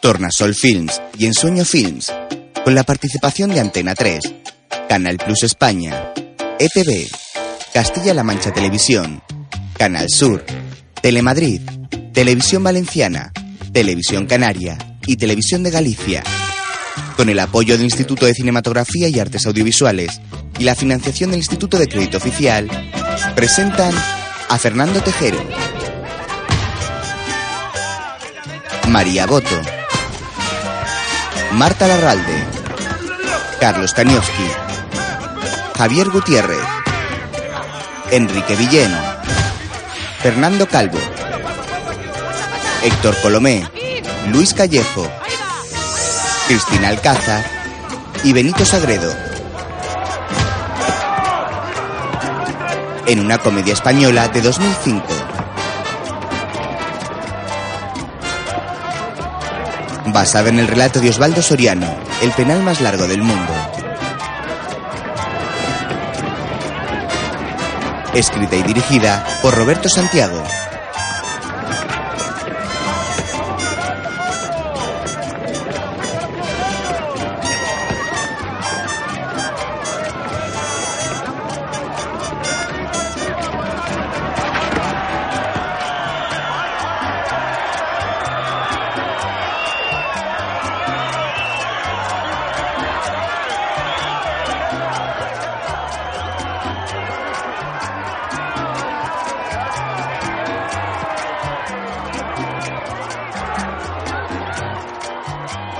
Tornasol Films y Ensueño Films, con la participación de Antena 3, Canal Plus España, ETV, Castilla-La Mancha Televisión, Canal Sur, Telemadrid, Televisión Valenciana, Televisión Canaria y Televisión de Galicia. Con el apoyo del Instituto de Cinematografía y Artes Audiovisuales y la financiación del Instituto de Crédito Oficial, presentan a Fernando Tejero, María Boto, Marta Larralde, Carlos Kaniowski, Javier Gutiérrez, Enrique Villeno, Fernando Calvo, Héctor Colomé, Luis Callejo, Cristina Alcázar y Benito Sagredo. En una comedia española de 2005. Basada en el relato de Osvaldo Soriano, El penal más largo del mundo. Escrita y dirigida por Roberto Santiago.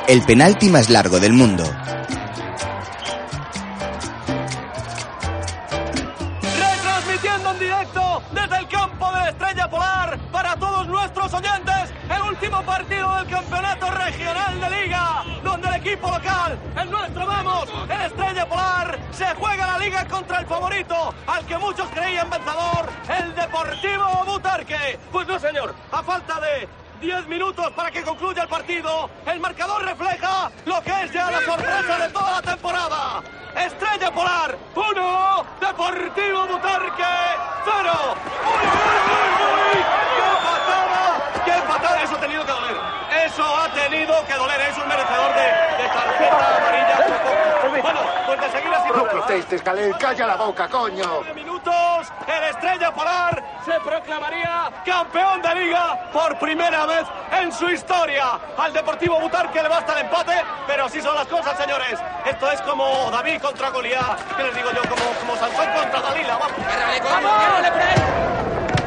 El penalti más largo del mundo. Retransmitiendo en directo desde el campo de la Estrella Polar para todos nuestros oyentes el último partido del Campeonato Regional de Liga, donde el equipo local, el nuestro vamos, el Estrella Polar, se juega la liga contra el favorito, al que muchos creían vencedor, el Deportivo Butarque. Pues no, señor, a falta de 10 minutos para que concluya el partido. El marcador refleja lo que es ya la sorpresa de toda la temporada. Estrella Polar 1, Deportivo Butarque 0. ¡Uy, uy, uy, qué patada! ¡Qué patada! Eso ha tenido que doler. Eso ha tenido que doler. Es un merecedor de, de tarjeta amarilla. Bueno, pues de seguir así. No protestes, Galel. Calla la boca, coño. minutos, el Estrella Polar se proclamaría campeón de liga por primera vez en su historia. Al Deportivo Butarque le basta el empate, pero así son las cosas, señores. Esto es como David contra Goliat, que les digo yo, como, como Sansón contra Dalila. Vamos.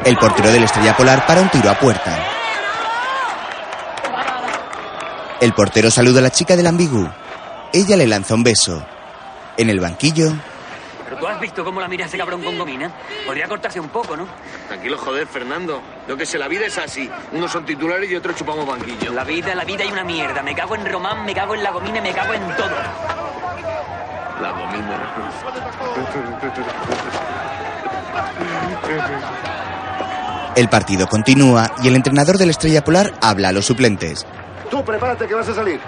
El portero del Estrella Polar para un tiro a puerta. El portero saluda a la chica del ambigú. Ella le lanza un beso. En el banquillo, ¿Pero tú has visto cómo la mira ese cabrón con gomina? Podría cortarse un poco, ¿no? Tranquilo, joder, Fernando. Lo que se la vida es así. Unos son titulares y otros chupamos banquillo. La vida, la vida y una mierda. Me cago en Román, me cago en la gomina, me cago en todo. La gomina. el partido continúa y el entrenador del Estrella Polar habla a los suplentes. Tú prepárate que vas a salir.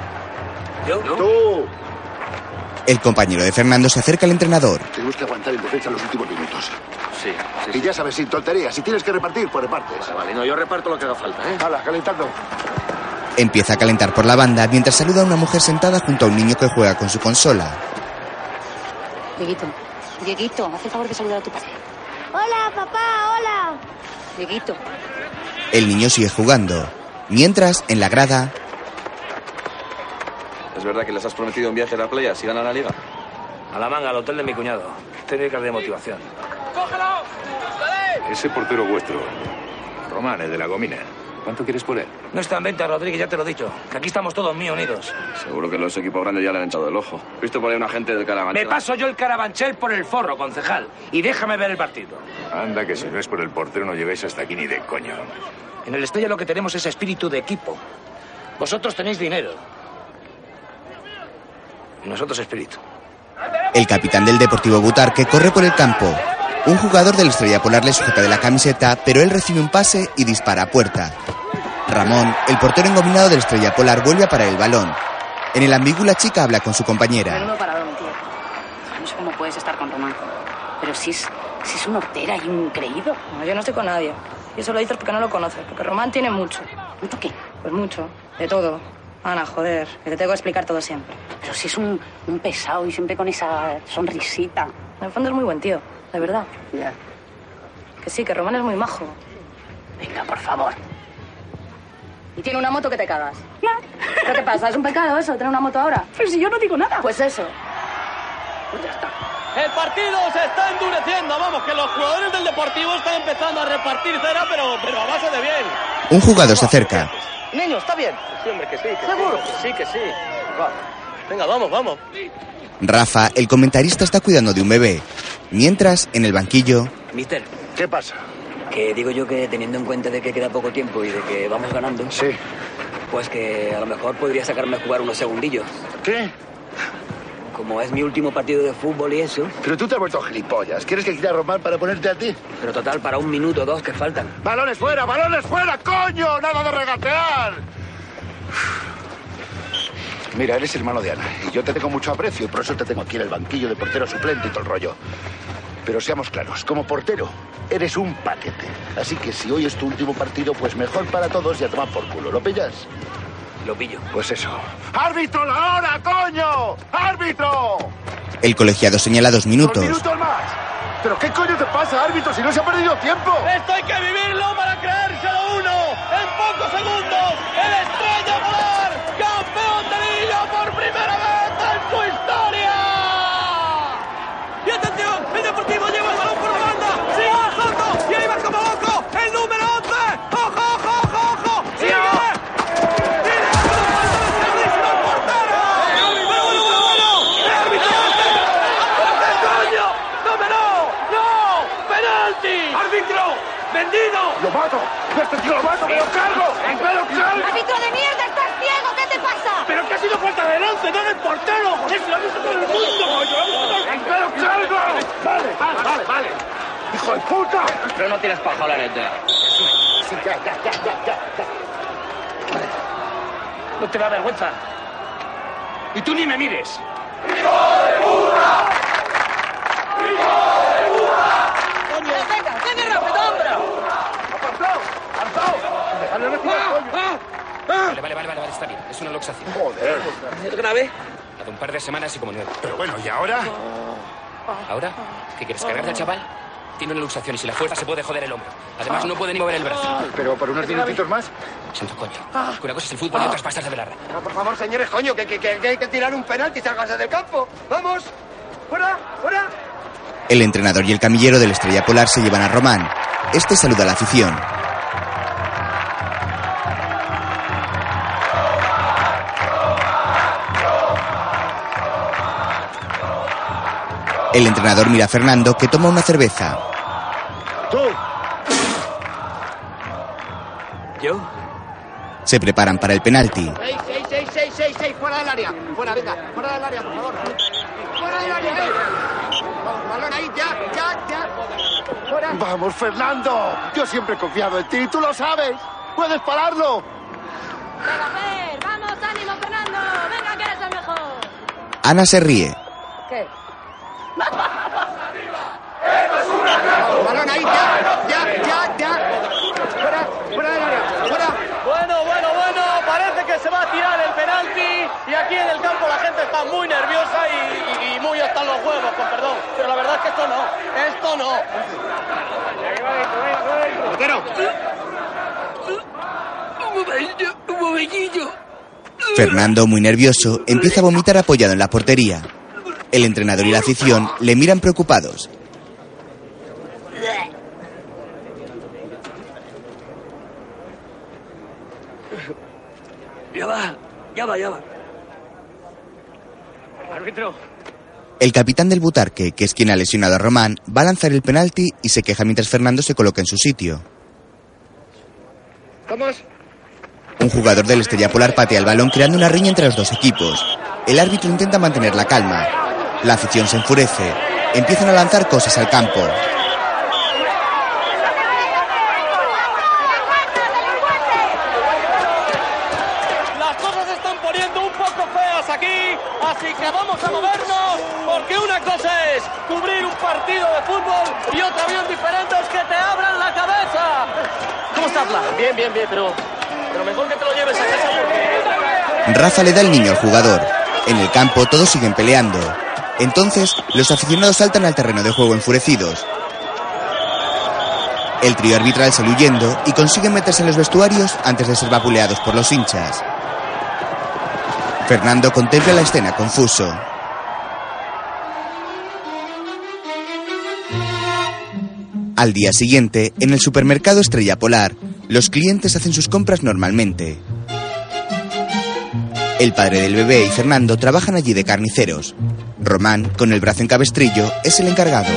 ¿Yo? Tú. El compañero de Fernando se acerca al entrenador. Tenemos que aguantar en defensa los últimos minutos. Sí, sí, Y sí. ya sabes, sin tonterías. Si tienes que repartir, pues repartes. Vale, no, yo reparto lo que haga falta, ¿eh? Hala, calentando. Empieza a calentar por la banda mientras saluda a una mujer sentada junto a un niño que juega con su consola. Dieguito, Dieguito, haz el favor de saludar a tu padre. Hola, papá, hola. Dieguito, El niño sigue jugando. Mientras, en la grada, ¿Es verdad que les has prometido un viaje a la playa si ganan la liga? A la manga, al hotel de mi cuñado. Técnicas de motivación. Ese portero vuestro, Román, el de la gomina. ¿Cuánto quieres por él? No está en venta, Rodríguez, ya te lo he dicho. Que aquí estamos todos muy unidos. Seguro que los equipos grandes ya le han echado el ojo. He visto por ahí un agente del Me Carabanchel. paso yo el carabanchel por el forro, concejal. Y déjame ver el partido. Anda, que si no es por el portero no llegáis hasta aquí ni de coño. En el Estrella lo que tenemos es espíritu de equipo. Vosotros tenéis dinero. Y nosotros espíritu. el capitán del Deportivo Butarque corre por el campo. Un jugador del Estrella Polar le sujeta de la camiseta, pero él recibe un pase y dispara a puerta. Ramón, el portero engominado del Estrella Polar, vuelve a parar el balón. En el ambiguo la chica habla con su compañera. menudo paradón, tío. No sé cómo puedes estar con Román. Pero si es, si es una hortera y un creído. No, yo no estoy con nadie. Y eso lo dices porque no lo conoces, porque Román tiene mucho. ¿Mucho qué? Pues mucho, de todo. Ana, joder, que te tengo que explicar todo siempre. Pero si es un, un pesado y siempre con esa sonrisita. En el fondo es muy buen tío, de verdad. Ya. Que sí, que Román es muy majo. Venga, por favor. Y tiene una moto que te cagas. ¿Pero qué pasa? ¿Es un pecado eso, tener una moto ahora? Pero si yo no digo nada. Pues eso. El partido se está endureciendo, vamos, que los jugadores del Deportivo están empezando a repartir cera, pero, pero a base de bien. Un jugador se acerca. Niño, está bien. Sí, hombre, que sí. ¿Seguro? sí, que sí. Venga, vamos, vamos. Rafa, el comentarista, está cuidando de un bebé. Mientras, en el banquillo, Mister, ¿Qué pasa? que digo yo que teniendo en cuenta de que queda poco tiempo y de que vamos ganando, Sí. pues que a lo mejor podría sacarme a jugar unos segundillos. ¿Qué? Como es mi último partido de fútbol y eso, Pero tú te has vuelto gilipollas. ¿Quieres que quita a Román para ponerte a ti? pero total, para un minuto o dos que faltan. ¡Balones fuera! ¡Balones fuera! ¡Coño! ¡Nada de regatear! Mira, eres hermano de Ana y yo te tengo mucho aprecio y por eso te tengo aquí en el banquillo de portero suplente y todo el rollo. Pero seamos claros, como portero, eres un paquete. Así que si hoy es tu último partido, pues mejor para todos y a tomar por culo. ¿Lo pillas? Lo pillo. Pues eso. ¡Árbitro, la hora, coño! ¡Árbitro! el colegiado señala dos ¡Dos minutos. minutos más! ¿Pero qué coño te pasa, árbitro, si no se ha perdido tiempo? Esto hay que vivirlo para creérselo uno. En pocos segundos, el Estrella Polar, campeón de liga por primera vez en su historia. Y atención, el Deportivo lleva el balón por la banda. Sigue a Soto y ahí va como loco el número 11. ¡Ojo, ojo, ojo, ojo! ¡Sigue! ¡Sigue! ¡Grandísimo el portero! ¡Pero bueno, bueno, bueno! ¡El árbitro! ¡Aparte, coño! ¡No, no! ¡No! ¡Penalti! ¡Árbitro! ¡Vendido! ¡Lo mato! ¡Este tío lo mato! ¡Me lo cargo! ¡Me lo cargo! ¡Árbitro de mierda, estás ciego! ¿Qué te pasa? Pero que ha sido falta del 11, no del portero. Joder, si lo ha visto todo el mundo. coño, lo ha visto todo el- ¡Pero cargo! Vale, vale, vale, vale. ¡Hijo de puta! Pero no tienes paja, la neta. Sí, ya, ya, ya, ya, ya, ya. No te da vergüenza. Y tú ni me mires. ¡Apartado! ¡Apartado! ¡Dejadle respirar, coño! Ah. Ah. Vale, vale, vale, vale, vale, está bien. Es una luxación. ¡Joder! ¿Es grave? La de un par de semanas y como nuevo. Pero bueno, ¿y ahora? ¿Ahora? ¿Qué quieres cargarte al chaval? Tiene una luxación y si la fuerza se puede joder el hombro. Además, no puede ni mover el brazo. Ah, Pero por unos minutitos más. Santo coño. Ah. Que una cosa es el fútbol y otras pastas de velarra. por favor, señores, coño, que, que, que- que hay que tirar un penalti y salgarse del campo. ¡Vamos! ¡Fuera! ¡Fuera! El entrenador y el camillero de la Estrella Polar se llevan a Román. Este saluda a la afición. El entrenador mira a Fernando que toma una cerveza. ¡Tú! ¿Yo? Se preparan para el penalti. 6, 6, 6, 6, 6, 6, fuera del área. Fuera, venga, fuera del área, por favor. Fuera del área, eh. Vamos, balón ahí, ya, ya, ya. Fuera. ¡Vamos, Fernando! Yo siempre he confiado en ti, tú lo sabes. ¡Puedes pararlo! ¡Venga, Fer! ¡Vamos, ánimo, Fernando! ¡Venga, que eres el mejor! Ana se ríe. ¿Qué? Balón ahí, ya, ya, ya, ya. Fuera, fuera del área, fuera. Bueno, bueno, bueno, parece que se va a tirar el penalti y aquí en el campo la gente está muy nerviosa y, y- y muy hasta los huevos, con perdón. Pero la verdad es que esto no, esto no. Un momentillo, un momentillo. Fernando, muy nervioso, empieza a vomitar apoyado en la portería. El entrenador y la afición le miran preocupados. Ya va, ya va, ya va. Árbitro. El capitán del Butarque, que es quien ha lesionado a Román, va a lanzar el penalti y se queja mientras Fernando se coloca en su sitio. Vamos. Un jugador del Estrella Polar patea el balón creando una riña entre los dos equipos. El árbitro intenta mantener la calma. La afición se enfurece. Empiezan a lanzar cosas al campo. Las cosas se están poniendo un poco feas aquí, así que vamos a movernos, porque una cosa es cubrir un partido de fútbol y otra bien diferente es que te abran la Eh, cabeza. ¿Cómo estás, Blas? Bien, bien, bien, pero, pero mejor que te lo lleves a casa. Rafa le da el niño al jugador. En el campo todos siguen peleando. Entonces, los aficionados saltan al terreno de juego enfurecidos. El trío arbitral sale huyendo y consigue meterse en los vestuarios antes de ser vapuleados por los hinchas. Fernando contempla la escena confuso. Al día siguiente, en el supermercado Estrella Polar, los clientes hacen sus compras normalmente. El padre del bebé y Fernando trabajan allí de carniceros. Román, con el brazo en cabestrillo, es el encargado.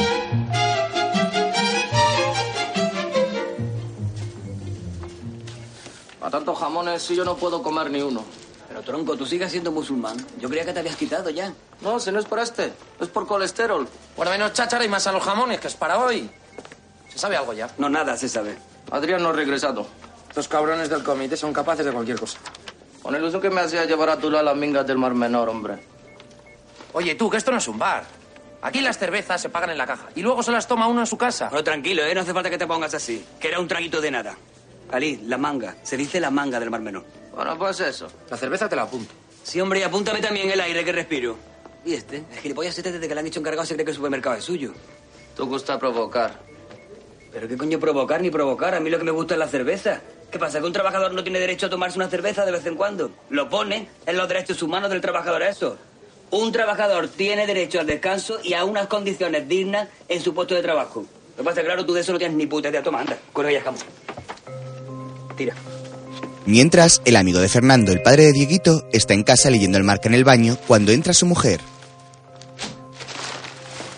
A tantos jamones sí yo no puedo comer ni uno. Pero tronco, tú sigues siendo musulmán. Yo creía que te habías quitado ya. No, si no es por este, es por colesterol. Bueno, menos cháchara y más a los jamones, que es para hoy. ¿Se sabe algo ya? No, nada se sabe. Adrián no ha regresado. Estos cabrones del comité son capaces de cualquier cosa. Con el uso que me hacía llevar a Tula a las mingas del Mar Menor, hombre. Oye, tú, que esto no es un bar. Aquí las cervezas se pagan en la caja y luego se las toma uno en su casa. Bueno, tranquilo, ¿eh? No hace falta que te pongas así. Que era un traguito de nada. Ali, la manga. Se dice la manga del Mar Menor. Bueno, pues eso. La cerveza te la apunto. Sí, hombre, y apúntame también el aire que respiro. ¿Y este? El gilipollas este desde que le han hecho encargado se cree que el supermercado es suyo. Tú gusta provocar. ¿Pero qué coño provocar ni provocar? A mí lo que me gusta es la cerveza. ¿Qué pasa? ¿Que un trabajador no tiene derecho a tomarse una cerveza de vez en cuando? Lo pone en los derechos humanos del trabajador eso. Un trabajador tiene derecho al descanso y a unas condiciones dignas en su puesto de trabajo. Lo que pasa es que, claro, tú de eso no tienes ni puta idea. Toma, anda, con ellas, campo. Tira. Mientras, el amigo de Fernando, el padre de Dieguito, está en casa leyendo el marca en el baño cuando entra su mujer.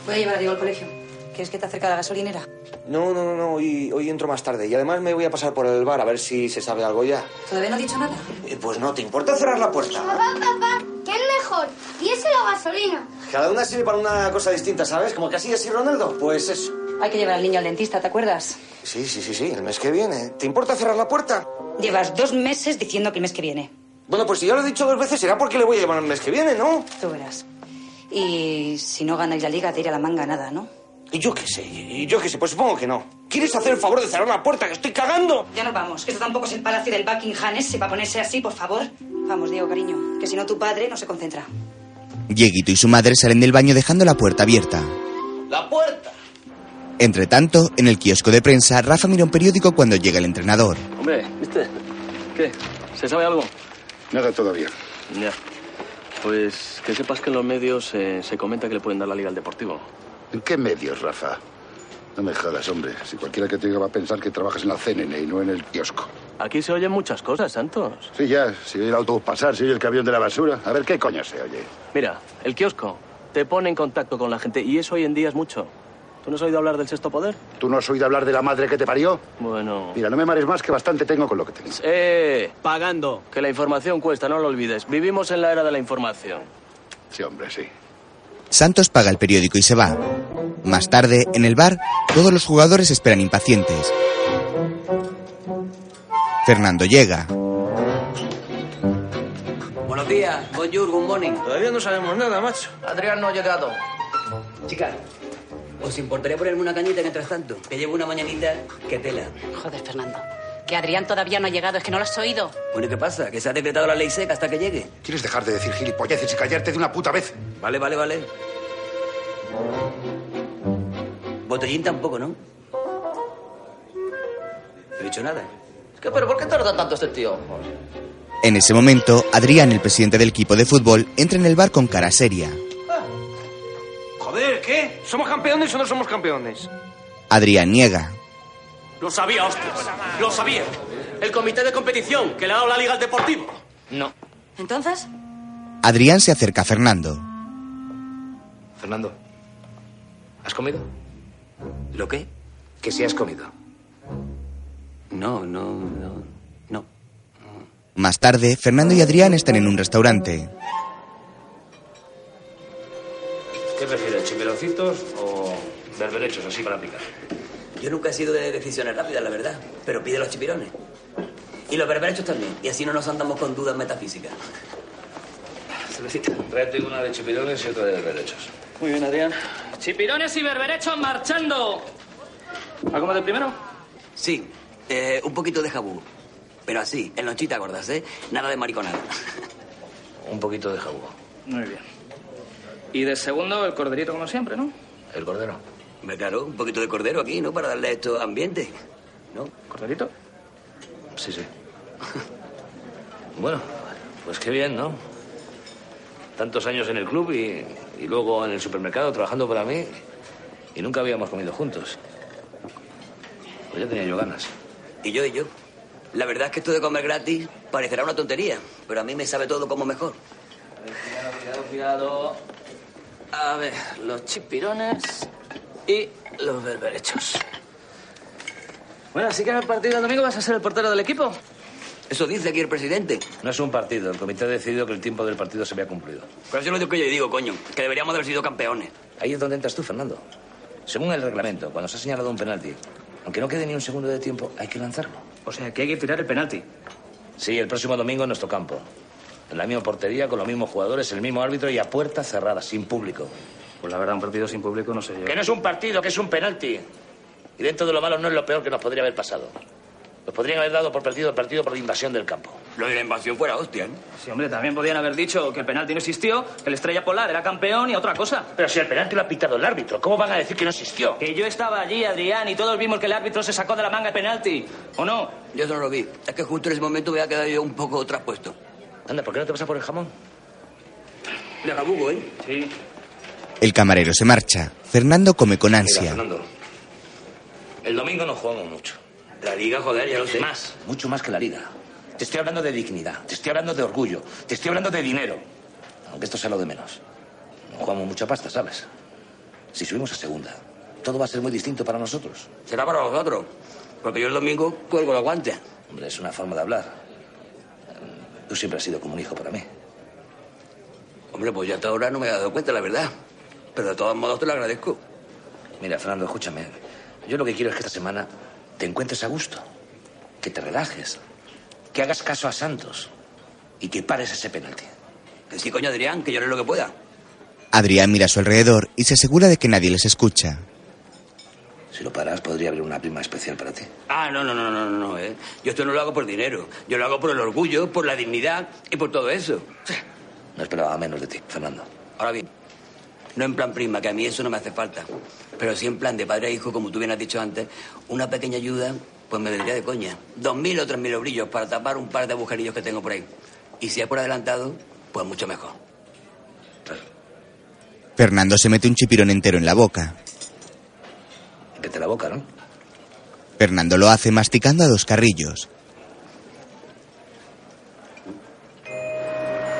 Voy a llevar a Diego al colegio. ¿Quieres que te acerque a la gasolinera? No, no, no, no. Hoy, hoy entro más tarde. Y además me voy a pasar por el bar a ver si se sabe algo ya. ¿Todavía no ha dicho nada? Eh, pues no, ¿te importa cerrar la puerta? Papá, papá, ¿qué es mejor? ¿Y ese la gasolina? Cada una sirve para una cosa distinta, ¿sabes? Como que así, así, Ronaldo. Pues eso. Hay que llevar al niño al dentista, ¿te acuerdas? Sí, sí, sí, sí. El mes que viene. ¿Te importa cerrar la puerta? Llevas dos meses diciendo que el mes que viene. Bueno, pues si ya lo he dicho dos veces, será porque le voy a llevar el mes que viene, ¿no? Tú verás. Y si no ganáis la liga, te iré a la manga nada, ¿no? Y yo qué sé, y yo qué sé, pues supongo que no. ¿Quieres hacer el favor de cerrar la puerta, que estoy cagando? Ya nos vamos, que esto tampoco es el palacio del Buckingham ese para ponerse así, por favor. Vamos, Diego, cariño, que si no tu padre no se concentra. Dieguito y su madre salen del baño dejando la puerta abierta. ¡La puerta! Entre tanto, en el kiosco de prensa, Rafa mira un periódico cuando llega el entrenador. Hombre, ¿viste? ¿Qué? ¿Se sabe algo? Nada todavía. Ya. Pues que sepas que en los medios eh, se comenta que le pueden dar la liga al Deportivo. ¿En qué medios, Rafa? No me jodas, hombre. Si cualquiera que te diga va a pensar que trabajas en la CNN y no en el kiosco. Aquí se oyen muchas cosas, Santos. Sí, ya. Si oye el autobús pasar, si oye el camión de la basura. A ver, ¿qué coño se oye? Mira, el kiosco te pone en contacto con la gente y eso hoy en día es mucho. ¿Tú no has oído hablar del sexto poder? ¿Tú no has oído hablar de la madre que te parió? Bueno. Mira, no me mares más que bastante tengo con lo que tengo. ¡Eh! Pagando. Que la información cuesta, no lo olvides. Vivimos en la era de la información. Sí, hombre, sí. Santos paga el periódico y se va. Más tarde, en el bar, todos los jugadores esperan impacientes. Fernando llega. Buenos días, bonjour, good morning. Todavía no sabemos nada, macho. Adrián no ha llegado. Chicas, ¿os importaría ponerme una cañita mientras tanto? Que llevo una mañanita que tela. Joder, Fernando. Que Adrián todavía no ha llegado, es que no lo has oído. Bueno, ¿qué pasa? Que se ha decretado la ley seca hasta que llegue. ¿Quieres dejar de decir gilipolleces y callarte de una puta vez? Vale, vale, vale. Botellín tampoco, ¿no? No he dicho nada. Es que, pero ¿por qué tarda tanto este tío? En ese momento, Adrián, el presidente del equipo de fútbol, entra en el bar con cara seria. Ah. Joder, ¿qué? ¿Somos campeones o no somos campeones? Adrián niega. Lo sabía, hostias. Lo sabía. El comité de competición que le ha dado la liga al deportivo. No. ¿Entonces? Adrián se acerca a Fernando. Fernando, ¿has comido? ¿Lo qué? Que si has comido. No, no, no, no. Más tarde, Fernando y Adrián están en un restaurante. ¿Qué prefieres, chimelocitos o berberechos así para picar? Yo nunca he sido de decisiones rápidas, la verdad, pero pide los chipirones. Y los berberechos también, y así no nos andamos con dudas metafísicas. Cervecita. Tráete una de chipirones y otra de berberechos. Muy bien, Adrián. Chipirones y berberechos marchando. ¿Algo de primero? Sí, eh, un poquito de jabú. Pero así, en lonchita gordas, ¿eh? Nada de mariconada. un poquito de jabugo. Muy bien. Y de segundo, el corderito como siempre, ¿no? El cordero. Hombre, claro, un poquito de cordero aquí, ¿no? Para darle esto ambiente. ¿No? ¿Corderito? Sí, sí. bueno, pues qué bien, ¿no? Tantos años en el club y, y luego en el supermercado trabajando para mí y nunca habíamos comido juntos. Pues ya tenía yo ganas. Y yo, y yo. La verdad es que esto de comer gratis parecerá una tontería, pero a mí me sabe todo como mejor. Cuidado, cuidado. A ver, los chipirones y los berberechos. Bueno, así que en el partido del domingo vas a ser el portero del equipo. Eso dice aquí el presidente. No es un partido. El comité ha decidido que el tiempo del partido se había cumplido. Pero eso es lo que yo digo, coño, que deberíamos haber sido campeones. Ahí es donde entras tú, Fernando. Según el reglamento, cuando se ha señalado un penalti, aunque no quede ni un segundo de tiempo, hay que lanzarlo. O sea, que hay que tirar el penalti. Sí, el próximo domingo en nuestro campo. En la misma portería, con los mismos jugadores, el mismo árbitro y a puerta cerrada, sin público. Pues la verdad, un partido sin público no sé yo. Que no es un partido, que es un penalti. Y dentro de lo malo no es lo peor que nos podría haber pasado. Nos podrían haber dado por perdido el partido por la invasión del campo. Lo de la invasión fuera hostia, ¿eh? Sí, hombre, también podían haber dicho que el penalti no existió, que la estrella polar era campeón y otra cosa. Pero si el penalti lo ha pitado el árbitro, ¿cómo van a decir que no existió? Que yo estaba allí, Adrián, y todos vimos que el árbitro se sacó de la manga el penalti. ¿O no? Yo eso no lo vi. Es que justo en ese momento me había quedado yo un poco traspuesto. Anda, ¿por qué no te vas a por el jamón? De jabugo, ¿eh? Sí. El camarero se marcha. Fernando come con ansia. Fernando, el domingo no jugamos mucho. La liga, joder, ya lo sé. Más, mucho más que la liga. Te estoy hablando de dignidad, te estoy hablando de orgullo, te estoy hablando de dinero. Aunque esto sea lo de menos. No jugamos mucha pasta, ¿sabes? Si subimos a segunda, todo va a ser muy distinto para nosotros. Será para vosotros. Porque yo el domingo cuelgo la guante. Hombre, es una forma de hablar. Tú siempre has sido como un hijo para mí. Hombre, pues ya hasta ahora no me he dado cuenta, la verdad. Pero de todos modos te lo agradezco. Mira, Fernando, escúchame. Yo lo que quiero es que esta semana te encuentres a gusto, que te relajes, que hagas caso a Santos y que pares ese penalti. Que sí, coño, Adrián, que llore lo que pueda. Adrián mira a su alrededor y se asegura de que nadie les escucha. Si lo paras, podría haber una prima especial para ti. Ah, no, no, no, no, no, no, ¿eh? Yo esto no lo hago por dinero. Yo lo hago por el orgullo, por la dignidad y por todo eso. No esperaba menos de ti, Fernando. Ahora bien, no en plan prima, que a mí eso no me hace falta. Pero sí en plan de padre a hijo, como tú bien has dicho antes, una pequeña ayuda, pues me vendría de coña. Dos mil o tres mil obrillos para tapar un par de agujerillos que tengo por ahí. Y si es por adelantado, pues mucho mejor. Fernando se mete un chipirón entero en la boca. Vete la boca, ¿no? Fernando lo hace masticando a dos carrillos.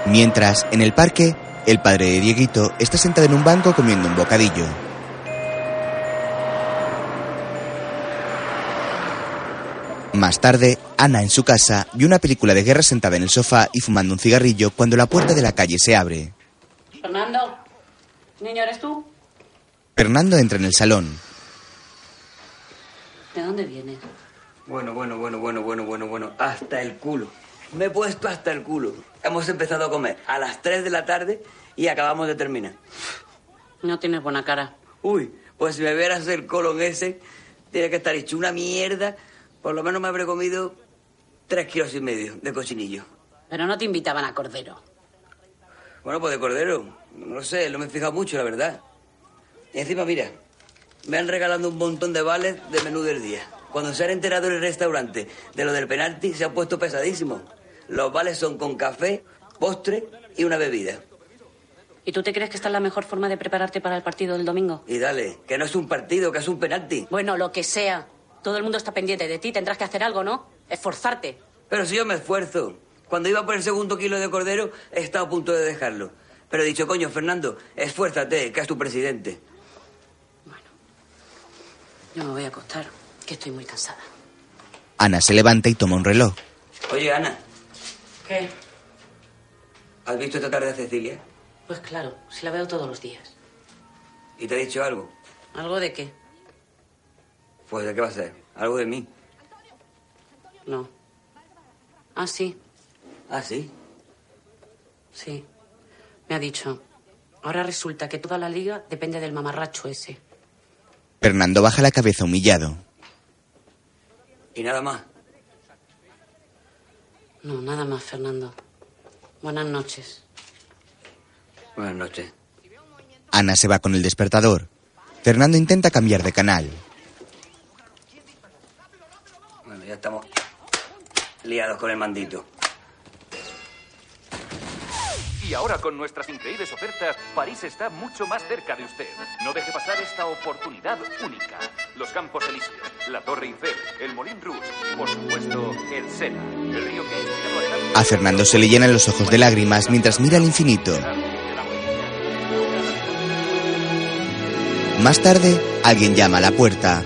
Mientras, en el parque, el padre de Dieguito está sentado en un banco comiendo un bocadillo. Más tarde, Ana en su casa vio una película de guerra sentada en el sofá y fumando un cigarrillo cuando la puerta de la calle se abre. Fernando, niño, ¿eres tú? Fernando entra en el salón. ¿De dónde vienes? Bueno, bueno, bueno, bueno, bueno, bueno, bueno. Hasta el culo. Me he puesto hasta el culo. Hemos empezado a comer a las 3 de la tarde y acabamos de terminar. No tienes buena cara. Uy, pues si me vieras el colon ese, tiene que estar hecho una mierda. Por lo menos me habré comido tres kilos y medio de cochinillo. Pero no te invitaban a cordero. Bueno, pues de cordero. No lo sé, no me he fijado mucho, la verdad. Y encima, mira, me han regalado un montón de vales de menú del día. Cuando se han enterado en el restaurante de lo del penalti, se han puesto pesadísimo. Los vales son con café, postre y una bebida. ¿Y tú te crees que esta es la mejor forma de prepararte para el partido del domingo? Y dale, que no es un partido, que es un penalti. Bueno, lo que sea. Todo el mundo está pendiente de ti. Tendrás que hacer algo, ¿no? Esforzarte. Pero si yo me esfuerzo. Cuando iba por el segundo kilo de cordero, he estado a punto de dejarlo. Pero he dicho, coño, Fernando, esfuérzate, que es tu presidente. Bueno, yo me voy a acostar, que estoy muy cansada. Ana se levanta y toma un reloj. Oye, Ana, ¿Qué? ¿Has visto esta tarde a Cecilia? Pues claro, si la veo todos los días. ¿Y te ha dicho algo? ¿Algo de qué? Pues ¿de qué va a ser? Algo de mí. No. Ah, sí, ¿Ah, sí? sí. Me ha dicho. Ahora resulta que toda la liga depende del mamarracho ese. Fernando baja la cabeza humillado. Y nada más. No, nada más, Fernando. Buenas noches. Buenas noches. Ana se va con el despertador. Fernando intenta cambiar de canal. Bueno, ya estamos liados con el mandito. Y ahora con nuestras increíbles ofertas, París está mucho más cerca de usted. No deje pasar esta oportunidad única. Los Campos Elíseos, la Torre Eiffel, el Molin Rouge, por supuesto, el Sena, el río que ha inspirado el A Fernando se le llenan los ojos de lágrimas mientras mira al infinito. Más tarde, alguien llama a la puerta.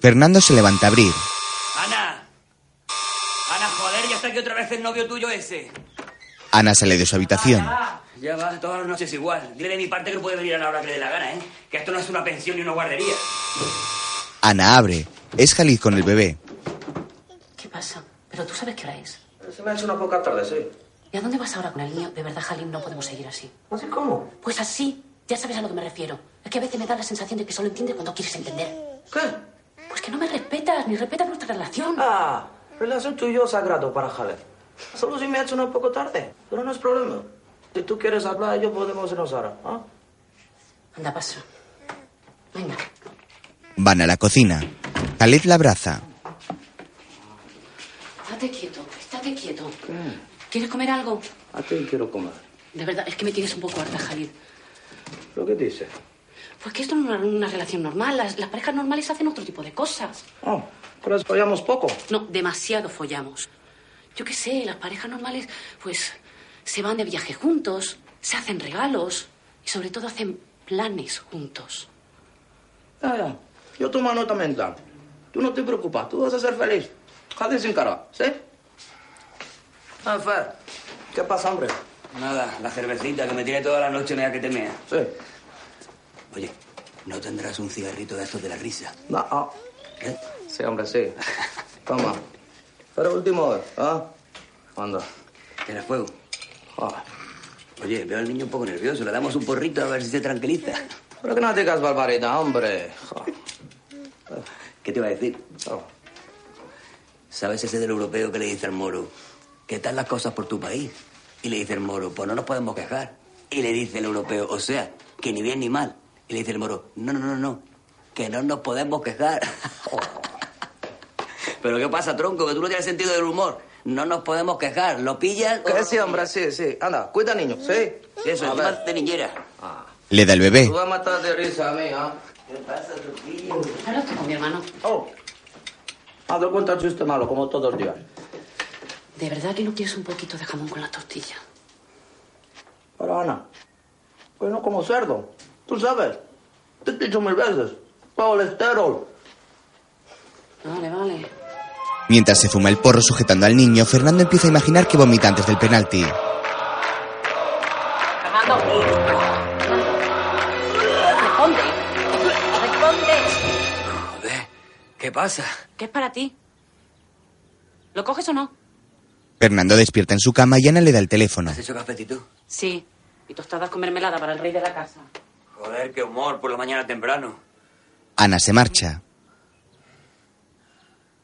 Fernando se levanta a abrir. ¡Ana! ¡Ana, joder! Ya está aquí otra vez el novio tuyo ese. Ana sale de su habitación. Ah. Ya va, todas las noches igual. Dile de mi parte que puede venir a la hora que le dé la gana, ¿eh? Que esto no es una pensión ni una guardería. Ana abre. Es Jalid con el bebé. ¿Qué pasa? Pero tú sabes qué hora es. Se me ha hecho una poca tarde, sí. ¿Y a dónde vas ahora con el niño? De verdad, Jalín, no podemos seguir así. ¿Así cómo? Pues así. Ya sabes a lo que me refiero. Es que a veces me da la sensación de que solo entiendes cuando quieres entender. ¿Qué? Pues que no me respetas, ni respetas nuestra relación. Ah, relación tú y yo sagrado para Jaled. Solo si me ha hecho una poco tarde, pero no es problema. Si tú quieres hablar, yo podemos irnos ahora, ¿ah? Anda, pasa. Venga. Van a la cocina. Jalid la abraza. Estate quieto, estate quieto. ¿Quieres comer algo? A ti quiero comer. De verdad, es que me tienes un poco harta, Jalid. ¿Lo que dices? Pues que esto no es una, una relación normal. Las, las parejas normales hacen otro tipo de cosas. Oh, pero follamos poco. No, demasiado follamos. Yo qué sé, las parejas normales, pues, se van de viaje juntos, se hacen regalos y sobre todo hacen planes juntos. Ya, ya. Yo tomo nota mental. Tú no te preocupas, tú vas a ser feliz. Jade sin cara, ¿sí? Ah, Fer, ¿qué pasa, hombre? Nada, la cervecita que me tiene toda la noche me da que te mea. Sí. Oye, ¿no tendrás un cigarrito de estos de la risa? No, ah. ¿Eh? Sí, hombre, sí. Toma. Pero último vez, ¿ah? Anda. ¿Tienes fuego? Ah, Oye, veo al niño un poco nervioso. Le damos un porrito a ver si se tranquiliza. Pero que no digas barbaridad, hombre. Ja. Eh, ¿Qué te iba a decir? Oh, ¿Sabes ese del europeo que le dice al moro, ¿qué tal las cosas por tu país? Y le dice el moro, pues no nos podemos quejar. Y le dice el europeo, o sea, que ni bien ni mal. Y le dice el moro, no, no, no, no, que no nos podemos quejar. Pero ¿qué pasa, tronco? Que tú no tienes sentido del humor. No nos podemos quejar. ¿Lo pillas? o no Que lo sí, hombre, sí, sí. Anda, cuida niño, ¿sí? pillas? Eso, A encima ver. Ah. de niñera. Le da el bebé. Tú vas a matar de risa a mí, ¿ah? ¿Qué pasa, tronquillo? Habla tú con mi hermano. Oh. Haz de cuenta chiste malo, como todos los días. ¿De verdad que no quieres un poquito de jamón con la tortilla? Pero Ana, que no como cerdo. Tú sabes. Te he dicho mil veces. Colesterol. Vale, vale. Mientras se fuma el porro sujetando al niño, Fernando empieza a imaginar que vomita antes del penalti. Fernando. Responde. Responde. ¿Qué pasa? ¿Qué es para ti? ¿Lo coges o no? Fernando despierta en su cama y Ana le da el teléfono. ¿Has hecho cafetito? Sí. Y tostadas con mermelada para el rey de la casa. Joder, qué humor por la mañana temprano. Ana se marcha.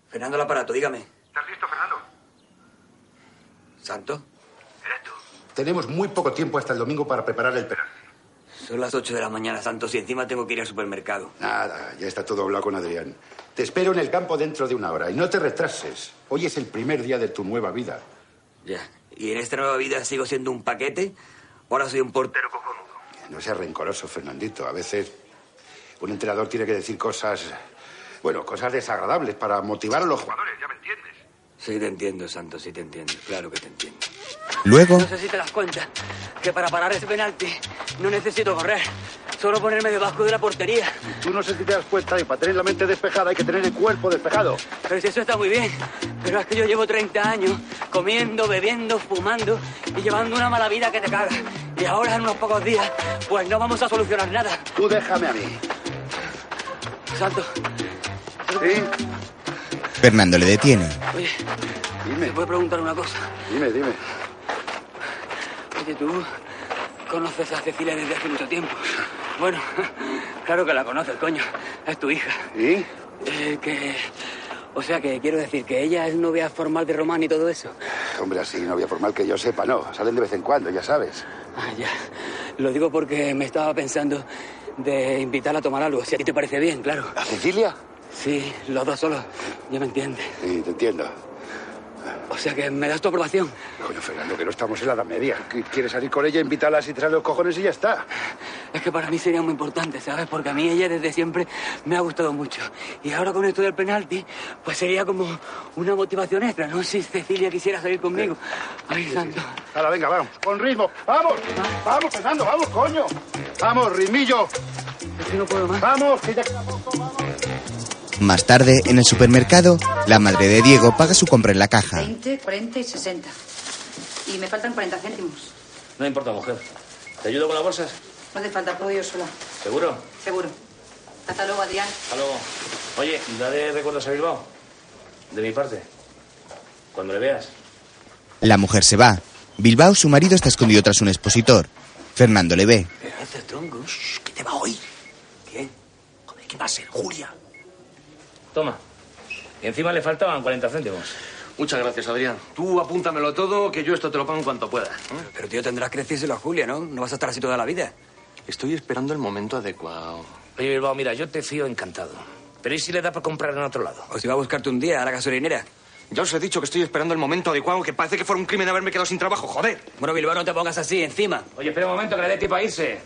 Fernando el aparato, dígame. ¿Estás listo, Fernando? ¿Santo? Tenemos muy poco tiempo hasta el domingo para preparar el penal. Son las 8 de la mañana, Santos, y encima tengo que ir al supermercado. Nada, ya está todo hablado con Adrián. Te espero en el campo dentro de una hora y no te retrases. Hoy es el primer día de tu nueva vida. Ya. ¿Y en esta nueva vida sigo siendo un paquete? Ahora soy un portero cojonudo. No seas rencoroso, Fernandito. A veces un entrenador tiene que decir cosas, bueno, cosas desagradables para motivar a los jugadores. ya me entiendes. Sí, te entiendo, Santos, sí te entiendo. Claro que te entiendo. Luego, No sé si te das cuenta que para parar ese penalti no necesito correr, solo ponerme debajo de la portería. Tú no sé si te das cuenta y para tener la mente despejada hay que tener el cuerpo despejado. Pero si eso está muy bien, pero es que yo llevo 30 años comiendo, bebiendo, fumando y llevando una mala vida que te caga. Y ahora en unos pocos días, pues no vamos a solucionar nada. Tú déjame a mí. Santos, ¿Sí? Fernando le detiene. oye, Dime. te voy a preguntar una cosa. Dime, dime. Oye, tú conoces a Cecilia desde hace mucho tiempo. Bueno, claro que la conoces, coño. Es tu hija. ¿Y? Eh, que O sea que quiero decir que ella es novia formal de Román y todo eso. Hombre, así, novia formal que yo sepa, no. Salen de vez en cuando, ya sabes. Ah, ya. Lo digo porque me estaba pensando de invitarla a tomar algo. Si a ti te parece bien, claro. ¿A Cecilia? Sí, los dos solos. Ya me entiendes. Sí, te entiendo. O sea que me das tu aprobación. Coño, Fernando, que no estamos en la Edad Media. Que Quieres salir con ella, invitarla y tirar los cojones y ya está. Es que para mí sería muy importante, ¿sabes? Porque a mí ella desde siempre me ha gustado mucho. Y ahora con esto del penalti, pues sería como una motivación extra, ¿no? Si Cecilia quisiera salir conmigo. Ay, santo. Ahora, venga, vamos. Con ritmo. ¡Vamos! ¡Vamos, Fernando! ¡Vamos, coño! ¡Vamos, ritmillo! no puedo más. ¡Vamos! que ya queda- Más tarde, en el supermercado, la madre de Diego paga su compra en la caja. 20, 40 y 60. Y me faltan 40 céntimos. No importa, mujer. ¿Te ayudo con las bolsas? No hace falta, puedo yo sola. ¿Seguro? Seguro. Hasta luego, Adrián. Hasta luego. Oye, dale recuerdos a Bilbao. De mi parte. Cuando le veas. La mujer se va. Bilbao, su marido, está escondido tras un expositor. Fernando le ve. ¿Qué haces, tronco? ¿Qué te va a oír? ¿Qué? Joder, ¿qué va a ser, Julia? Toma. Y encima le faltaban 40 céntimos. Muchas gracias, Adrián. Tú apúntamelo todo, que yo esto te lo pago en cuanto pueda. Pero tío, tendrás que decírselo a Julia, ¿no? No vas a estar así toda la vida. Estoy esperando el momento adecuado. Oye, Bilbao, mira, yo te fío encantado. Pero ¿y si le da para comprar en otro lado? O si va a buscarte un día a la gasolinera. Ya os he dicho que estoy esperando el momento adecuado, que parece que fuera un crimen haberme quedado sin trabajo, joder. Bueno, Bilbao, no te pongas así encima. Oye, espera un momento, que le dé tiempo a irse.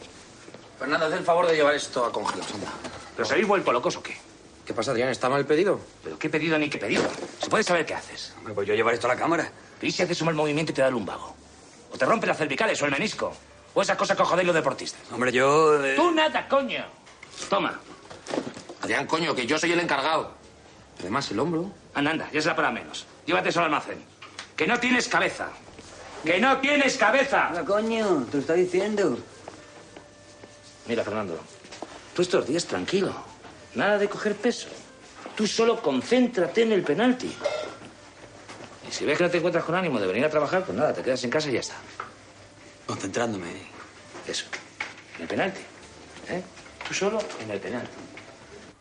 Fernando, haz el favor de llevar esto a congelados, anda. ¿Pero se habéis vuelto locos o qué? ¿Qué pasa, Adrián? ¿Está mal pedido? ¿Pero qué pedido ni qué pedido? ¿Se puede saber qué haces? Hombre, pues yo llevar esto a la cámara. ¿Y si haces un mal movimiento y te da el lumbago? ¿O te rompe las cervicales o el menisco? ¿O esas cosas que os jodéis los deportistas? Hombre, yo... eh, ¡Tú nada, coño! Toma. Adrián, coño, que yo soy el encargado. Además, el hombro. Anda, anda, ya será para menos. Llévate eso al almacén. ¡Que no tienes cabeza! ¡Que no tienes cabeza! Hola, coño, te lo está diciendo. Mira, Fernando, tú estos días tranquilo. Nada de coger peso. Tú solo concéntrate en el penalti. Y si ves que no te encuentras con ánimo de venir a trabajar, pues nada, te quedas en casa y ya está. Concentrándome. Eso. En el penalti. ¿Eh? Tú solo en el penalti.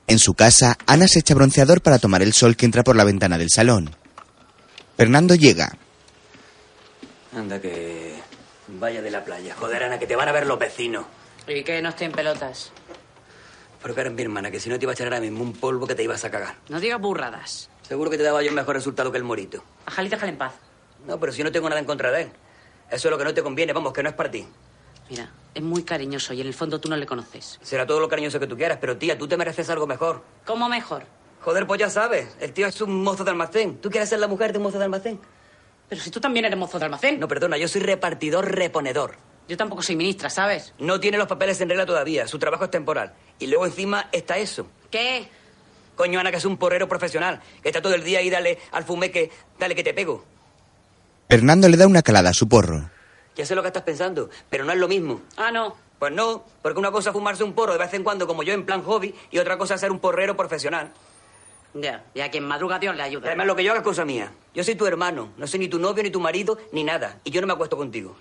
En su casa, Ana se echa bronceador para tomar el sol que entra por la ventana del salón. Fernando llega. Anda que... Vaya de la playa. Joder, Ana, que te van a ver los vecinos. ¿Y qué? No estoy en pelotas. Pero que eres mi hermana, que si no te iba a echar ahora mismo un polvo que te ibas a cagar. No digas burradas. Seguro que te daba yo un mejor resultado que el morito. A Jalí déjale en paz. No, pero si no tengo nada en contra de él. Eso es lo que no te conviene, vamos, que no es para ti. Mira, es muy cariñoso y en el fondo tú no le conoces. Será todo lo cariñoso que tú quieras, pero tía, tú te mereces algo mejor. ¿Cómo mejor? Joder, pues ya sabes, el tío es un mozo de almacén. ¿Tú quieres ser la mujer de un mozo de almacén? Pero si tú también eres mozo de almacén. No, perdona, yo soy repartidor reponedor. Yo tampoco soy ministra, ¿sabes? No tiene los papeles en regla todavía, su trabajo es temporal. Y luego encima está eso. ¿Qué? Coño, Ana, que es un porrero profesional, que está todo el día ahí, dale al fumeque, dale que te pego. Fernando le da una calada a su porro. Ya sé lo que estás pensando, pero no es lo mismo. Ah, no. Pues no, porque una cosa es fumarse un porro de vez en cuando, como yo, en plan hobby, y otra cosa es ser un porrero profesional. Ya, ya quien madruga Dios le Y ayuda. Además, lo que yo haga es cosa mía. Yo soy tu hermano, no soy ni tu novio, ni tu marido, ni nada. Y yo no me acuesto contigo.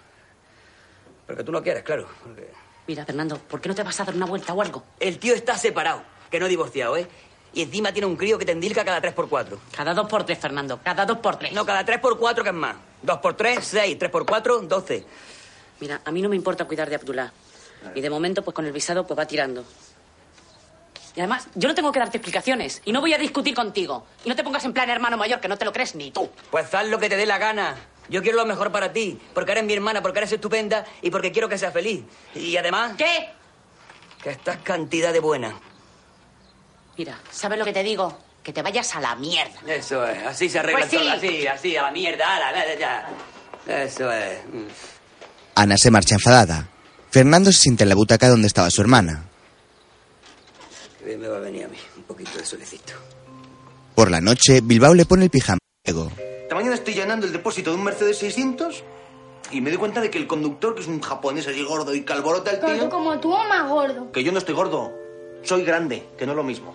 Porque tú no quieres, claro. porque- Mira, Fernando, ¿por qué no te vas a dar una vuelta o algo? El tío está separado, que no divorciado, ¿eh? Y encima tiene un crío que te endilca cada 3x4. Cada dos por tres, Fernando. Cada dos por tres. No, cada 3x4 que es más. 2x3, 6. 3x4, 12. Mira, a mí no me importa cuidar de Abdullah. Y de momento, pues con el visado, pues va tirando. Y además, yo no tengo que darte explicaciones. Y no voy a discutir contigo. Y no te pongas en plan hermano mayor, que no te lo crees ni tú. Pues haz lo que te dé la gana. Yo quiero lo mejor para ti, porque eres mi hermana, porque eres estupenda y porque quiero que seas feliz. Y además... ¿Qué? Que estás cantidad de buena. Mira, ¿sabes lo que te digo? Que te vayas a la mierda. Eso es, así se arregla Pues sí. todo. Así, así, a la mierda, a la... ya. Eso es. Mm, Ana se marcha enfadada. Fernando se sienta en la butaca donde estaba su hermana. Qué bien me va a venir a mí, un poquito de solecito. Por la noche, Bilbao le pone el pijama a Diego. Esta mañana estoy llenando el depósito de un Mercedes 600 y me doy cuenta de que el conductor, que es un japonés así gordo y calborota el Tanto tío... como tú o más gordo. Que yo no estoy gordo, soy grande, que no es lo mismo.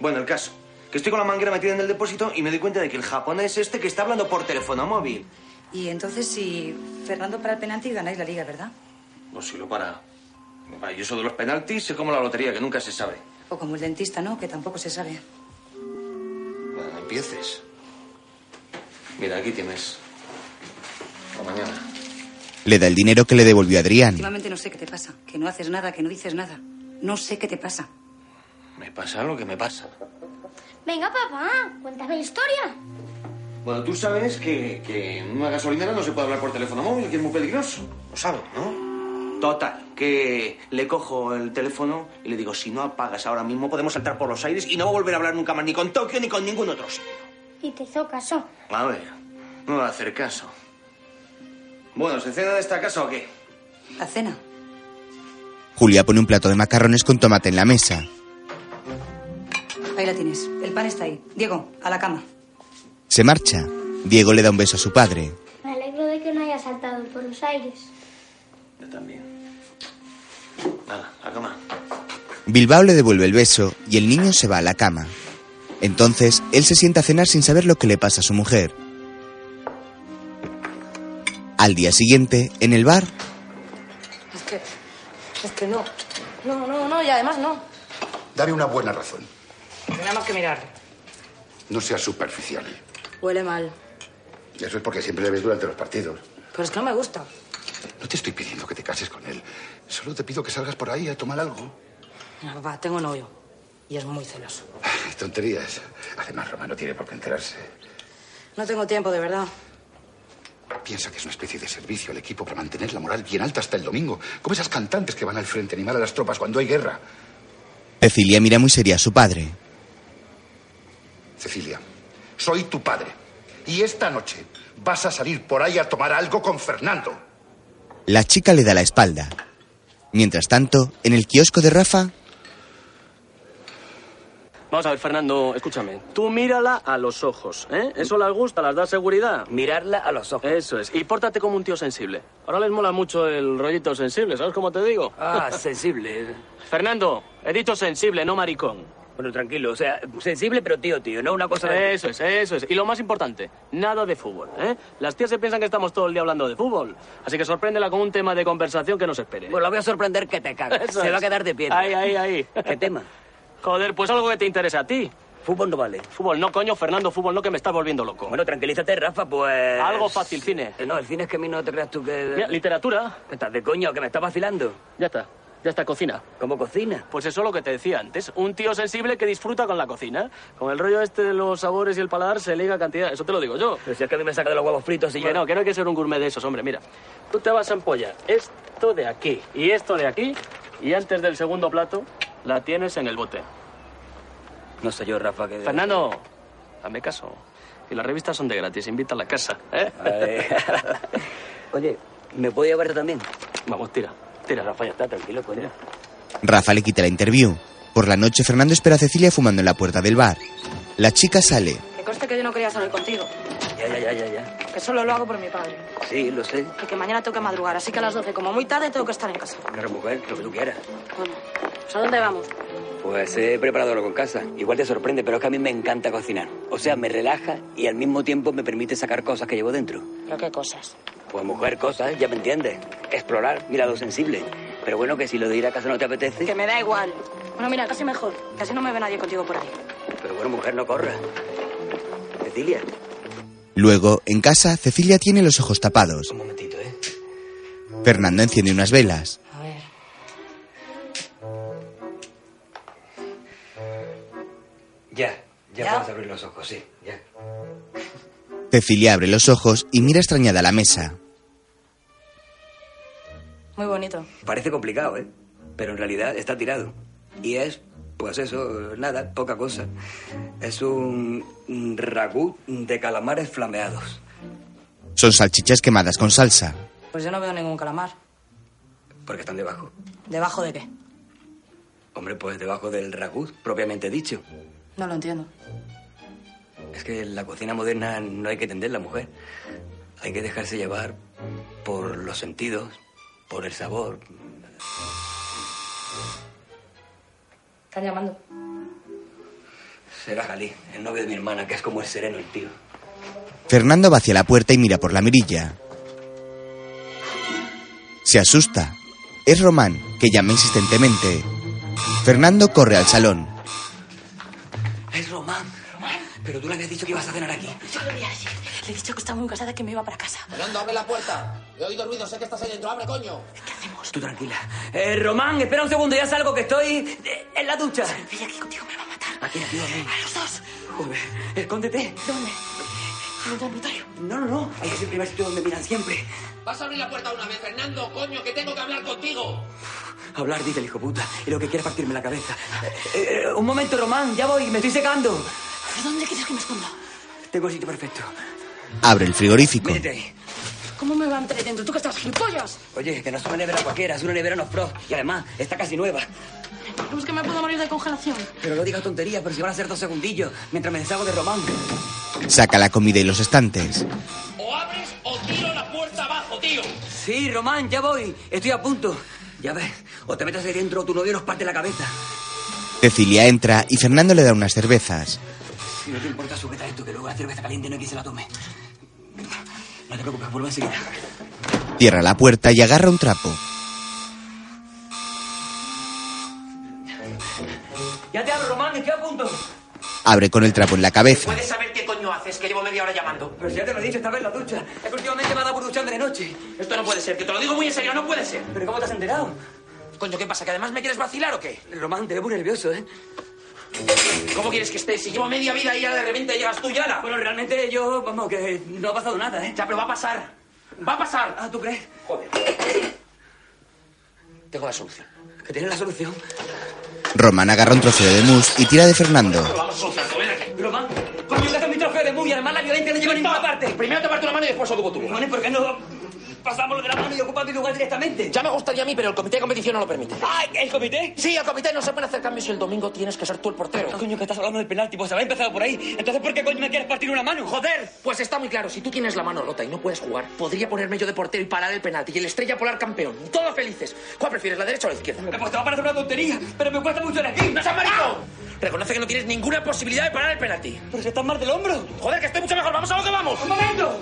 Bueno, el caso, que estoy con la manguera metida en el depósito y me doy cuenta de que el japonés este que está hablando por teléfono móvil. Y entonces, si Fernando para el penalti, ganáis la liga, ¿verdad? No, si lo para. No para. Y eso de los penaltis es como la lotería, que nunca se sabe. O como el dentista, ¿no? Que tampoco se sabe. Bueno, empieces. Mira, aquí tienes. O mañana. Le da el dinero que le devolvió Adrián. Últimamente no sé qué te pasa, que no haces nada, que no dices nada. No sé qué te pasa. Me pasa lo que me pasa. Venga, papá, cuéntame la historia. Bueno, tú sabes que, que en una gasolinera no se puede hablar por teléfono móvil, que es muy peligroso. Lo sabes, ¿no? Total, que le cojo el teléfono y le digo, si no apagas ahora mismo podemos saltar por los aires y no volver a hablar nunca más ni con Tokio ni con ningún otro sitio. Y te hizo caso. A ver, no va a hacer caso. Bueno, ¿se cena de esta casa o qué? La cena. Julia pone un plato de macarrones con tomate en la mesa. Ahí la tienes. El pan está ahí. Diego, a la cama. Se marcha. Diego le da un beso a su padre. Me alegro de que no haya saltado por los aires. Yo también. Nada, a cama. Bilbao le devuelve el beso y el niño se va a la cama. Entonces, él se sienta a cenar sin saber lo que le pasa a su mujer. Al día siguiente, en el bar, Es que. Es que no. No, no, no, y además no. Dale una buena razón. Nada más que mirar. No seas superficial. Huele mal. Eso es porque siempre le ves durante los partidos. Pero es que no me gusta. No te estoy pidiendo que te cases con él. Solo te pido que salgas por ahí a tomar algo. Mira, papá, tengo novio. Y es muy celoso. Ay, Tonterías. Además, Roma no tiene por qué enterarse. No tengo tiempo, de verdad. Piensa que es una especie de servicio al equipo para mantener la moral bien alta hasta el domingo. Como esas cantantes que van al frente a animar a las tropas cuando hay guerra. Cecilia mira muy seria a su padre. Cecilia, soy tu padre. Y esta noche vas a salir por ahí a tomar algo con Fernando. La chica le da la espalda. Mientras tanto, en el kiosco de Rafa, Vamos a ver, Fernando, escúchame. Tú mírala a los ojos, ¿eh? Eso les gusta, las da seguridad. Mirarla a los ojos. Eso es. Y pórtate como un tío sensible. Ahora les mola mucho el rollito sensible, ¿sabes cómo te digo? Ah, sensible. Fernando, he dicho sensible, no maricón. Bueno, tranquilo, o sea, sensible pero tío, tío, no una cosa de- Eso es, eso es. Y lo más importante, nada de fútbol, ¿eh? Las tías se piensan que estamos todo el día hablando de fútbol. Así que sorpréndela con un tema de conversación que nos espere. Pues la voy a sorprender que te cagas. Eso Se es. va a quedar de piedra. Ahí, ahí, ahí. ¿Qué tema? Joder, pues algo que te interese a ti. Fútbol no vale. Fútbol no, coño, Fernando, fútbol no, que me estás volviendo loco. Bueno, tranquilízate, Rafa, pues... Algo fácil, cine. Eh, No, el cine es que a mí no te creas tú que... Mira, literatura. ¿Estás de coño? ¿Que me estás vacilando? Ya está, ya está, cocina. ¿Cómo cocina? Pues eso es lo que te decía antes. Un tío sensible que disfruta con la cocina. Con el rollo este de los sabores y el paladar se liga cantidad. Eso te lo digo yo. Pero si es que a mí me saca de los huevos fritos y Que no, que no hay que ser un gourmet de esos, hombre. Mira, tú te vas a empollar esto de aquí y esto de aquí. Y antes del segundo plato, la tienes en el bote. No sé yo, Rafa, que... Fernando, dame caso. Y las revistas son de gratis, invita a la casa. ¿eh? Oye, ¿me puedo llevar también? Vamos, tira. Tira, Rafa, ya está, tranquilo, coño. Rafa le quita la interview. Por la noche, Fernando espera a Cecilia fumando en la puerta del bar. La chica sale. Que conste que yo no quería salir contigo. Ya, ya, ya, ya, ya. Que solo lo hago por mi padre. Sí, lo sé. Y que mañana tengo que madrugar, así que a las 12, como muy tarde, tengo que estar en casa. Claro, mujer, lo que tú quieras. Bueno, pues, ¿a dónde vamos? Pues he preparado algo en casa. Igual te sorprende, pero es que a mí me encanta cocinar. O sea, me relaja y al mismo tiempo me permite sacar cosas que llevo dentro. ¿Pero qué cosas? Pues mujer, cosas, ya me entiendes. Explorar, mi lado sensible. Pero bueno, que si lo de ir a casa no te apetece. Que me da igual. Bueno, mira, casi mejor. Que así no me ve nadie contigo por ahí. Pero bueno, mujer, no corra. Cecilia, Luego, en casa, Cecilia tiene los ojos tapados. Fernando enciende unas velas. Ya, ya, ¿Ya? puedes abrir los ojos, sí, ya. Cecilia abre los ojos y mira extrañada a la mesa. Muy bonito. parece complicado, ¿eh? Pero en realidad está tirado. Y es, pues eso, nada, poca cosa. Es un un ragú de calamares flameados. Son salchichas quemadas con salsa. Pues yo no veo ningún calamar. Porque están debajo. ¿Debajo de qué? Hombre, pues debajo del ragú, propiamente dicho. No lo entiendo. Es que la cocina moderna no hay que entender la mujer. Hay que dejarse llevar por los sentidos, por el sabor. Están llamando. Será Jalí, el novio de mi hermana, que es como el sereno, el tío. Fernando va hacia la puerta y mira por la mirilla. Se asusta. Es Román, que llama insistentemente. Fernando corre al salón. Es Román. Pero tú le habías dicho que ibas a cenar aquí. Yo lo vi ayer. Le he dicho que estaba muy cansada que me iba para casa. Fernando, abre la puerta. He oído ruido, sé que estás ahí dentro. ¡Abre, coño! Pues Tú tranquila. Eh, Román, espera un segundo, ya salgo, que estoy eh, en la ducha. Ella aquí contigo me va a matar. Aquí, aquí, aquí. A los dos. Joder, escóndete. ¿Dónde? En el dormitorio. No, no, no. Ahí es el primer sitio donde miran siempre. Vas a abrir la puerta una vez, Fernando, coño, que tengo que hablar contigo. Hablar, dice el hijo puta. Y lo que quiere es partirme la cabeza. Eh, eh, un momento, Román, ya voy, me estoy secando. ¿Dónde quieres que me esconda? Tengo el sitio perfecto. Abre el frigorífico. ¿Cómo me va a meter dentro? ¿Tú que estás gilipollas? Oye, que no es una nevera cualquiera, es una nevera no pro. Y además, está casi nueva. ¿Cómo es que me puedo morir de congelación? Pero no digas tonterías, pero si van a ser dos segundillos, mientras me deshago de Román. Saca la comida y los estantes. O abres o tiro la puerta abajo, tío. Sí, Román, ya voy. Estoy a punto. Ya ves, o te metes ahí dentro o tu novio nos parte la cabeza. Cecilia entra y Fernando le da unas cervezas. Si no te importa, sujeta esto, que luego la cerveza caliente no hay quien se la tome. No te preocupes, vuelvo enseguida. Cierra la puerta y agarra un trapo. Ya te abro, Román, estoy a punto. Abre con el trapo en la cabeza. ¿Puedes saber qué coño haces? Que llevo media hora llamando. Pero si ya te lo he dicho, estaba en la ducha. Es que últimamente me ha dado por ducharme de noche. Esto no puede ser, que te lo digo muy en serio, no puede ser. ¿Pero cómo te has enterado? Coño, ¿qué pasa? ¿Que además me quieres vacilar o qué? Román, te veo muy nervioso, ¿eh? ¿Cómo quieres que esté? Si llevo media vida y ya de repente llegas tú, Yala. Bueno, realmente yo, vamos, que no ha pasado nada, ¿eh? Ya, pero va a pasar. Va a pasar. Ah, ¿tú crees? Joder. Tengo la solución. ¿Que tienes la solución? Román agarra un trofeo de mus y tira de Fernando. Lo vamos a solucionar, ven aquí. Román, coño, que haces mi trofeo de muy, además la violencia no lleva a ninguna parte. Primero te parto una mano y después ocupo tú. Bueno, ¿y por qué no pasamos lo de la mano y ocupas mi lugar directamente? Ya me gustaría a mí, pero el comité de competición no lo permite. ¡Ay, el comité! Sí, al comité no se pueden hacer cambios y el domingo tienes que ser tú el portero. Coño, que estás hablando del penalti, pues habéis empezado por ahí. Entonces, ¿por qué coño me quieres partir una mano? Joder, pues está muy claro. Si tú tienes la mano rota y no puedes jugar, podría ponerme yo de portero y parar el penalti y el estrella polar campeón. Y Todos felices. ¿Cuál prefieres, la derecha o la izquierda? Eh, Pues te va a parecer una tontería, pero me cuesta mucho elegir. ¡No seas marico! Reconoce que no tienes ninguna posibilidad de parar el penalti. Pero si estás mal del hombro. Joder, que estoy mucho mejor. Vamos a lo que vamos. ¡Un momento!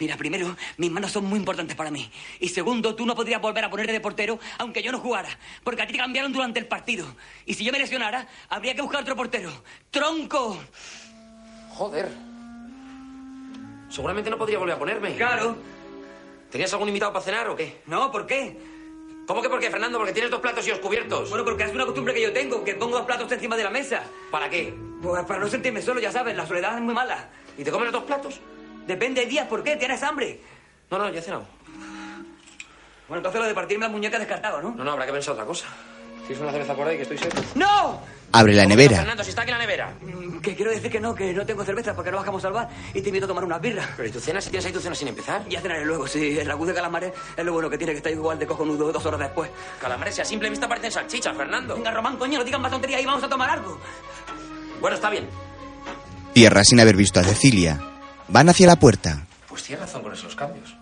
Mira, primero, mis manos son muy importantes para mí. Y segundo, tú no podrías volver a ponerte de portero aunque yo no jugara, porque a ti te cambiaron durante el partido. Y si yo me lesionara, habría que buscar otro portero. ¡Tronco! Joder. Seguramente no podría volver a ponerme. Claro. ¿Tenías algún invitado para cenar o qué? No, ¿por qué? ¿Cómo que por qué, Fernando? Porque tienes dos platos y os cubiertos. Bueno, porque es una costumbre que yo tengo, que pongo dos platos encima de la mesa. ¿Para qué? Pues para no sentirme solo, ya sabes, la soledad es muy mala. ¿Y te comes los dos platos? Depende de días, ¿por qué? ¿Tienes hambre? No, no, ya he cenado. Bueno, entonces lo de partirme la muñeca descartado, ¿no? No, no, habrá que pensar otra cosa. Tienes una cerveza por ahí que estoy seco. ¡No! Abre la No, nevera. Fernando, si está aquí la nevera. Mm, Que quiero decir que no, que no tengo cerveza porque no bajamos al bar y te invito a tomar unas birras. Pero ¿y tu cena? Si tienes ahí tu cena sin empezar. Ya cenaré luego, sí. El ragú de calamares es lo bueno que tiene que estar igual de cojonudo dos horas después. Calamares, si a simple vista parecen salchichas, Fernando. Venga, Román, coño, no digan más tonterías y vamos a tomar algo. Bueno, está bien. Cierra sin haber visto a Cecilia. Van hacia la puerta. Pues tienes razón con esos cambios.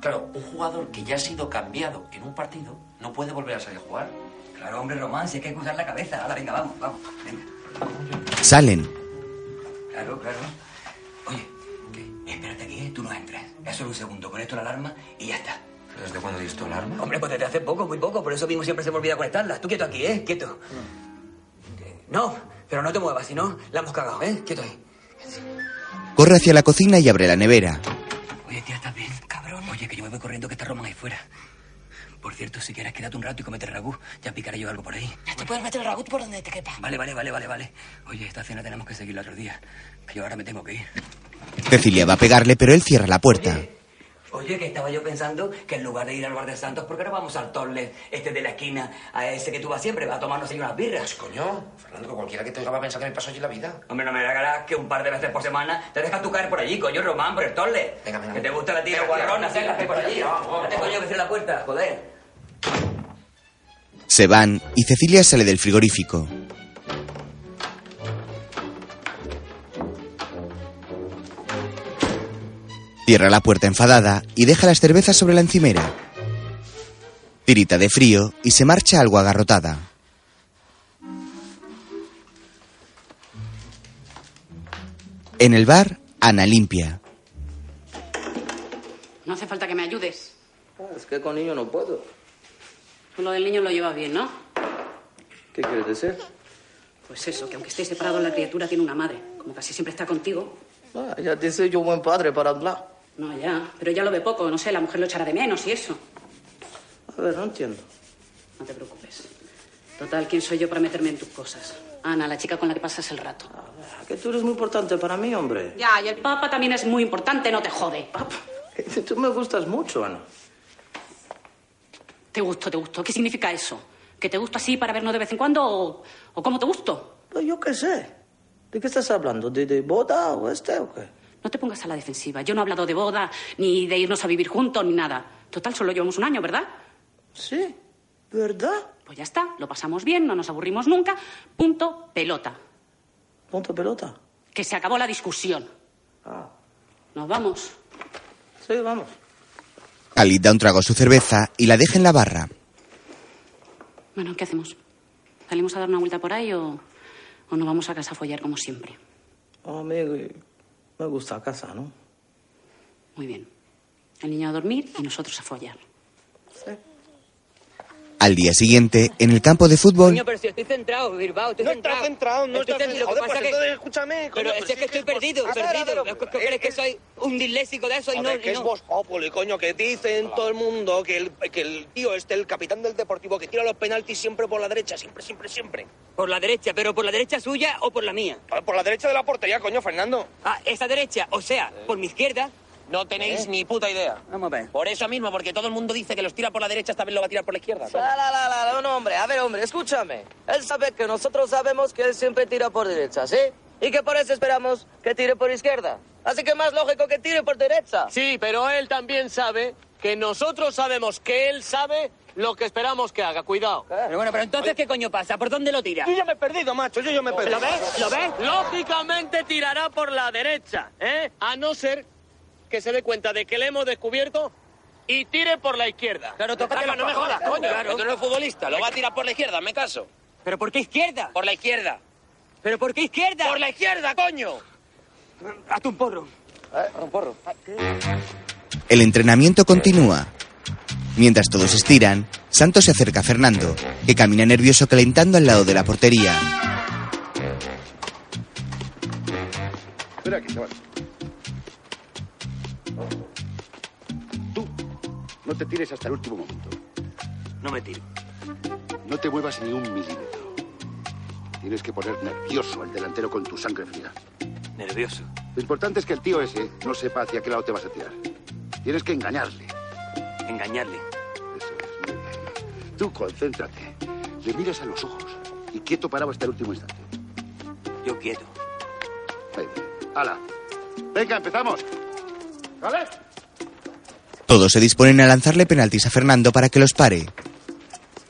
Claro, un jugador que ya ha sido cambiado en un partido no puede volver a salir a jugar. Claro, hombre, Román, si hay que usar la cabeza. Ahora, venga, vamos, vamos. Venga. Salen. Claro, claro. Oye, ¿qué? espérate aquí, ¿eh? tú no entres. Es solo un segundo. Conecto la alarma y ya está. ¿Desde cuándo diste tu alarma? Hombre, pues desde hace poco, muy poco. Por eso mismo siempre se me olvida conectarla. Tú quieto aquí, ¿eh? Quieto. No, pero no te muevas, si no, la hemos cagado, ¿eh? Quieto ahí. Corre hacia la cocina y abre la nevera. Oye, tía, ¿estás bien, cabrón? Oye, que yo me voy corriendo que está Román ahí fuera. Por cierto, si quieres, quédate un rato y comete ragú. Ya picaré yo algo por ahí. Te puedes meter el ragut por donde te quepa. Vale, vale, vale, vale, vale. Oye, esta cena tenemos que seguirla otro día. Que yo ahora me tengo que ir. Cecilia va a pegarle, pero él cierra la puerta. Oye, que estaba yo pensando que en lugar de ir al bar de Santos, ¿por qué no vamos al Torle, este de la esquina, a ese que tú vas siempre, va a tomarnos ahí unas birras? Pues coño, Fernando, que cualquiera que te oiga va a pensar que me paso allí la vida. Hombre, no me hagas que un par de veces por semana te dejas tú caer por allí, coño, Román, por el Torle. Venga, venga, Que te venga. gusta la tira Venga, tía, guarrona, hacerla que por venga, allí. tía, vamos, vamos, Date, vamos. coño, que cierre la puerta, joder. Se van y Cecilia sale del frigorífico. Cierra la puerta enfadada y deja las cervezas sobre la encimera. Tirita de frío y se marcha algo agarrotada. En el bar, Ana limpia. No hace falta que me ayudes. Ah, Es que con niño no puedo. Tú lo del niño lo llevas bien, ¿no? ¿Qué quieres decir? Pues eso, que aunque esté separado la criatura tiene una madre. Como casi siempre está contigo. Ah, ya dice yo buen padre para hablar. No, ya. Pero ya lo ve poco, no sé, la mujer lo echará de menos y eso. A ver, no entiendo. No te preocupes. Total, ¿quién soy yo para meterme en tus cosas? Ana, la chica con la que pasas el rato. Ah, Que tú eres muy importante para mí, hombre. Ya, y el papa también es muy importante, no te jode. Tú me gustas mucho, Ana. Te gusto, te gusto. ¿Qué significa eso? ¿Que te gusto así para vernos de vez en cuando o, o cómo te gusto? Pues yo qué sé. ¿De qué estás hablando? ¿De, de boda o este o qué? No te pongas a la defensiva. Yo no he hablado de boda, ni de irnos a vivir juntos, ni nada. Total, solo llevamos un año, ¿verdad? Sí, ¿verdad? Pues ya está, lo pasamos bien, no nos aburrimos nunca. Punto pelota. ¿Punto pelota? Que se acabó la discusión. Ah. Nos vamos. Sí, vamos. Khalid da un trago a su cerveza y la deja en la barra. Bueno, ¿qué hacemos? ¿Salimos a dar una vuelta por ahí o, o nos vamos a casa a follar como siempre? A mí Oh, me gusta casa, ¿no? Muy bien. El niño a dormir y nosotros a follar. Al día siguiente, en el campo de fútbol, Coño, pero si estoy centrado, Bilbao, estoy centrado. No estás centrado, no estoy centrado. Lo que pasa que... escúchame. Pero es que pues, ah, estoy perdido, perdido. ¿Qué- qué ¿Crees que soy un disléxico de eso y A no...? ver, que y es no? Vox Populi, coño, que dicen todo el mundo que el, que el tío este, el capitán del Deportivo, que tira los penaltis siempre por la derecha, siempre, siempre, siempre. Por la derecha, pero por la derecha suya o por la mía. Ah, Por la derecha de la portería, coño, Fernando. Ah, esa derecha, o sea, por mi izquierda. No tenéis ni puta idea. Vamos a ver. Por eso mismo, porque todo el mundo dice que los tira por la derecha, esta vez lo va a tirar por la izquierda. La, la, la, la, la, no, hombre, a ver, hombre, escúchame. Él sabe que nosotros sabemos que él siempre tira por derecha, ¿sí? Y que por eso esperamos que tire por izquierda. Así que más lógico que tire por derecha. Sí, pero él también sabe que nosotros sabemos que él sabe lo que esperamos que haga. Cuidado. Pero bueno, pero entonces, ¿qué coño pasa? ¿Por dónde lo tira? Yo ya me he perdido, macho, yo ya me he perdido. ¿Lo ves? ¿Lo ves? Lógicamente tirará por la derecha, ¿eh? A no ser que se dé cuenta de que le hemos descubierto y tire por la izquierda. Claro, tócate los no me cojones, jodas, coño. claro. Tú eres futbolista, lo va a tirar por la izquierda, me caso. ¿Pero por qué izquierda? Por la izquierda. ¿Pero por qué izquierda? Por la izquierda, coño. Eh, Hazte un porro. Ah, Un porro. el entrenamiento continúa. Mientras todos estiran, Santos se acerca a Fernando, que camina nervioso calentando al lado de la portería. Espera aquí, chaval. Tú no te tires hasta el último momento. No me tiro. No te muevas ni un milímetro. Tienes que poner nervioso al delantero con tu sangre fría. Nervioso. Lo importante es que el tío ese no sepa hacia qué lado te vas a tirar. Tienes que engañarle. Engañarle. Tú concéntrate. Le miras a los ojos y quieto parado hasta el último instante. Yo quieto. Ahí va. ¡Hala! Venga, empezamos. ¿Vale? Todos se disponen a lanzarle penaltis a Fernando para que los pare.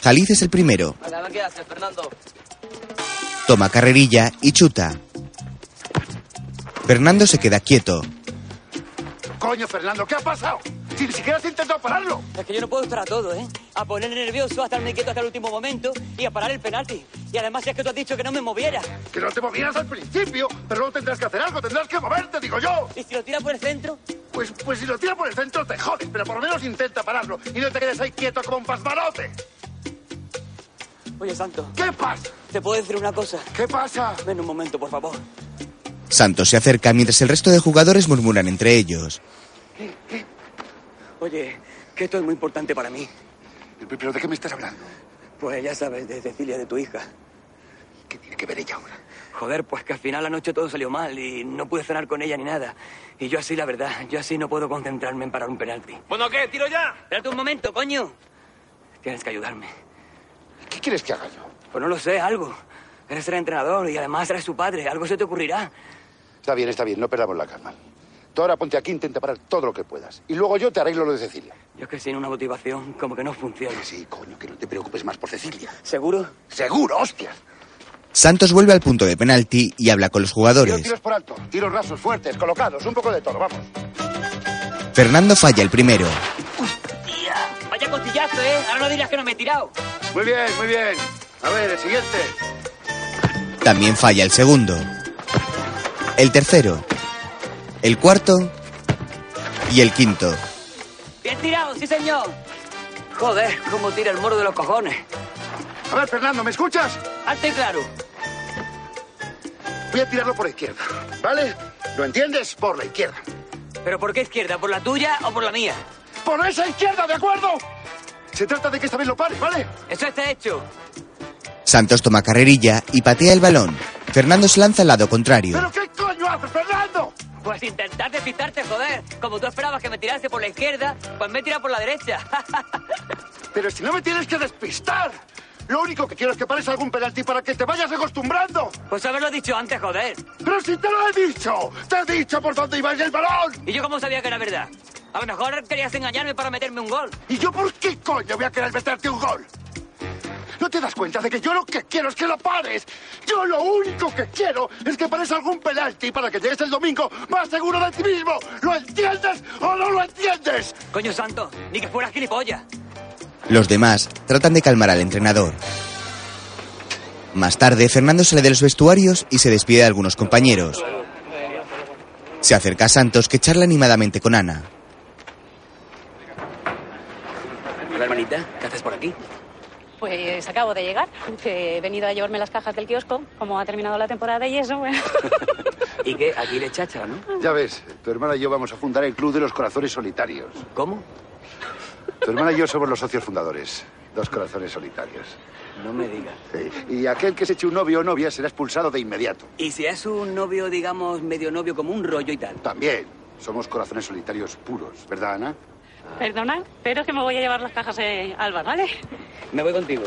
Jalid es el primero, A ver qué hace, Fernando. toma carrerilla y chuta. Fernando se queda quieto. Coño, Fernando, ¿qué ha pasado? Si ni siquiera has intentado pararlo. Es que yo no puedo estar a todo, ¿eh? A poner nervioso, a estarme quieto hasta el último momento y a parar el penalti. Y además es que tú has dicho que no me moviera. Que no te movieras al principio, pero luego tendrás que hacer algo, tendrás que moverte, digo yo. ¿Y si lo tira por el centro? Pues, pues si lo tira por el centro te jodes, pero por lo menos intenta pararlo y no te quedes ahí quieto como un pasmarote. Oye, Santo. ¿Qué pasa? ¿Te puedo decir una cosa? ¿Qué pasa? Ven un momento, por favor. Santos se acerca mientras el resto de jugadores murmuran entre ellos. Oye, que esto es muy importante para mí. ¿Pero de qué me estás hablando? Pues ya sabes, de Cecilia, de tu hija. ¿Qué tiene que ver ella ahora? Joder, pues que al final la noche todo salió mal y no pude cenar con ella ni nada. Y yo así, la verdad, yo así no puedo concentrarme en parar un penalti. Bueno, ¿qué? ¿Tiro ya? Espérate un momento, coño. Tienes que ayudarme. ¿Qué quieres que haga yo? Pues no lo sé, algo. Eres el entrenador y además eres su padre. Algo se te ocurrirá. Está bien, está bien, no perdamos la calma. Tú ahora ponte aquí, intenta parar todo lo que puedas. Y luego yo te arreglo lo de Cecilia. Yo es que sin una motivación como que no funciona. Sí, coño, que no te preocupes más por Cecilia. ¿Seguro? Seguro, hostias. Santos vuelve al punto de penalti y habla con los Tiro jugadores. tiros por alto, tiros rasos, fuertes, colocados, un poco de todo, vamos. Fernando falla el primero. Vaya costillazo, ¿eh? Ahora no dirás que no me he tirado. Muy bien, muy bien. A ver, el siguiente. También falla el segundo. El tercero. El cuarto. Y el quinto. Bien tirado, sí, señor. Joder, cómo tira el moro de los cojones. A ver, Fernando, ¿me escuchas? Alto y claro. Voy a tirarlo por la izquierda, ¿vale? ¿Lo entiendes? Por la izquierda. ¿Pero por qué izquierda? ¿Por la tuya o por la mía? ¡Por esa izquierda, de acuerdo! Se trata de que esta vez lo pare, ¿vale? Eso está hecho. Santos toma carrerilla y patea el balón. Fernando se lanza al lado contrario. qué coño haces, Fernando? Pues intentar despistarte, joder. Como tú esperabas que me tirase por la izquierda, pues me he tirado por la derecha. Pero si no me tienes que despistar. Lo único que quiero es que pares algún penalti para que te vayas acostumbrando. Pues haberlo dicho antes, joder. ¡Pero si te lo he dicho! ¡Te he dicho por dónde iba el balón! ¿Y yo cómo sabía que era verdad? A lo mejor querías engañarme para meterme un gol. ¿Y yo por qué coño voy a querer meterte un gol? ¿No te das cuenta de que yo lo que quiero es que lo pares? Yo lo único que quiero es que pares algún penalti para que llegues el domingo más seguro de ti mismo. ¿Lo entiendes o no lo entiendes? Coño santo, ni que fueras gilipollas. Los demás tratan de calmar al entrenador. Más tarde, Fernando sale de los vestuarios y se despide de algunos compañeros. Se acerca a Santos que charla animadamente con Ana. Hola, hermanita, ¿qué haces por aquí? Pues acabo de llegar, que he venido a llevarme las cajas del kiosco, como ha terminado la temporada y eso, pues, bueno. ¿Y qué? Aquí le chacha, ¿no? Ya ves, tu hermana y yo vamos a fundar el Club de los Corazones Solitarios. ¿Cómo? Tu hermana y yo somos los socios fundadores. Dos corazones solitarios. No me digas. Sí. Y aquel que se eche un novio o novia será expulsado de inmediato. ¿Y si es un novio, digamos, medio novio, como un rollo y tal? También. Somos corazones solitarios puros, ¿verdad, Ana? Perdona, pero es que me voy a llevar las cajas eh, al bar, ¿vale? Me voy contigo.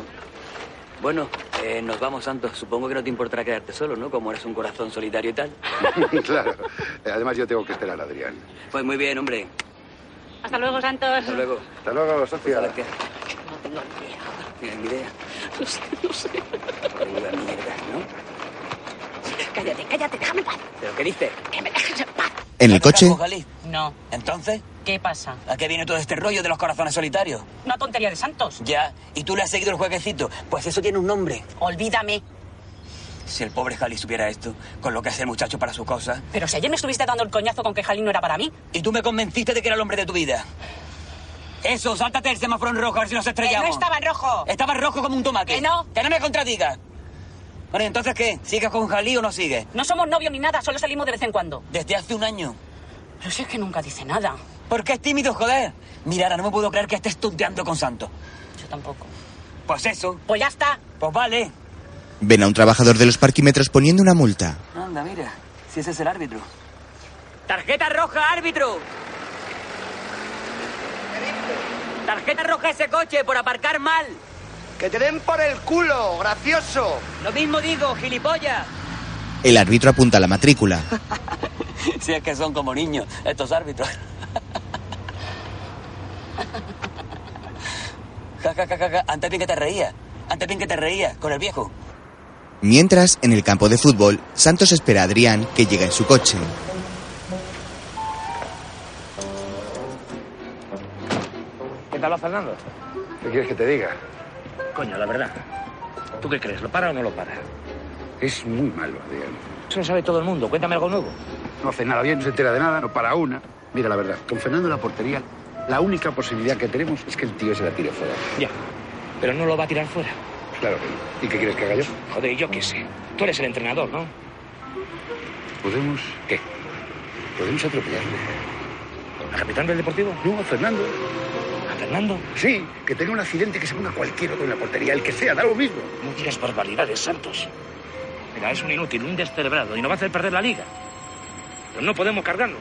Bueno, eh, nos vamos, Santos. Supongo que no te importará quedarte solo, ¿no? Como eres un corazón solitario y tal. claro. Eh, Además, yo tengo que esperar a Adrián. Pues muy bien, hombre. Hasta luego, Santos. Hasta luego. Hasta luego, Sofía. No tengo ni idea. Mira, mi idea. No sé, no sé. Menuda mierda, ¿no? Cállate, cállate, déjame en paz. ¿Pero qué dices? Que me dejes en paz. En el coche, No. ¿Entonces? ¿Qué pasa? ¿A qué viene todo este rollo de los corazones solitarios? Una tontería de Santos. Ya, y tú le has seguido el jueguecito. Pues eso tiene un nombre. Olvídame. Si el pobre Jali supiera esto, con lo que hace el muchacho para sus cosas. Pero si ayer me estuviste dando el coñazo con que Jalín no era para mí. Y tú me convenciste de que era el hombre de tu vida. Eso, sáltate el semáforo en rojo, a ver si nos estrellamos. Que no estaba en rojo. Estaba rojo como un tomate. Que no. Que no me contradigas. Bueno, ¿y entonces qué? ¿Sigues con Jalí o no sigues? No somos novios ni nada, solo salimos de vez en cuando. Desde hace un año. Pero si es que nunca dice nada. ¿Por qué es tímido, joder? Mira, ahora no me puedo creer que estés tonteando con Santo. Yo tampoco. Pues eso. Pues ya está. Pues vale. ven a un trabajador de los parquímetros poniendo una multa. Anda, mira. Si ese es el árbitro. ¡Tarjeta roja, árbitro! ¡Tarjeta roja a ese coche por aparcar mal! ¡Que te den por el culo, gracioso! Lo mismo digo, gilipollas. El árbitro apunta la matrícula. Si es que son como niños, estos árbitros. Ja, ja, ja, ja, ja. Antes bien que te reías. Antes bien que te reías con el viejo. Mientras, en el campo de fútbol, Santos espera a Adrián, que llega en su coche. ¿Qué tal va, Fernando? ¿Qué quieres que te diga? Coño, la verdad. ¿Tú qué crees? ¿Lo para o no lo para? Es muy malo, Adrián. Eso lo sabe todo el mundo. Cuéntame algo nuevo. No hace nada bien, no se entera de nada, no para una. Mira, la verdad, con Fernando en la portería, la única posibilidad que tenemos es que el tío se la tire fuera. Ya. Pero no lo va a tirar fuera. Claro que no. ¿Y qué quieres que haga yo? Joder, ¿y yo qué sé. Tú eres el entrenador, ¿no? ¿Podemos qué? ¿Podemos atropellarle? ¿Al capitán del deportivo? No, a Fernando. ¿A Fernando? Sí, que tenga un accidente que se ponga cualquier otro en la portería, el que sea, da lo mismo. No digas barbaridades, Santos. Mira, es un inútil, un descerebrado y nos va a hacer perder la liga. Pero no podemos cargarlo.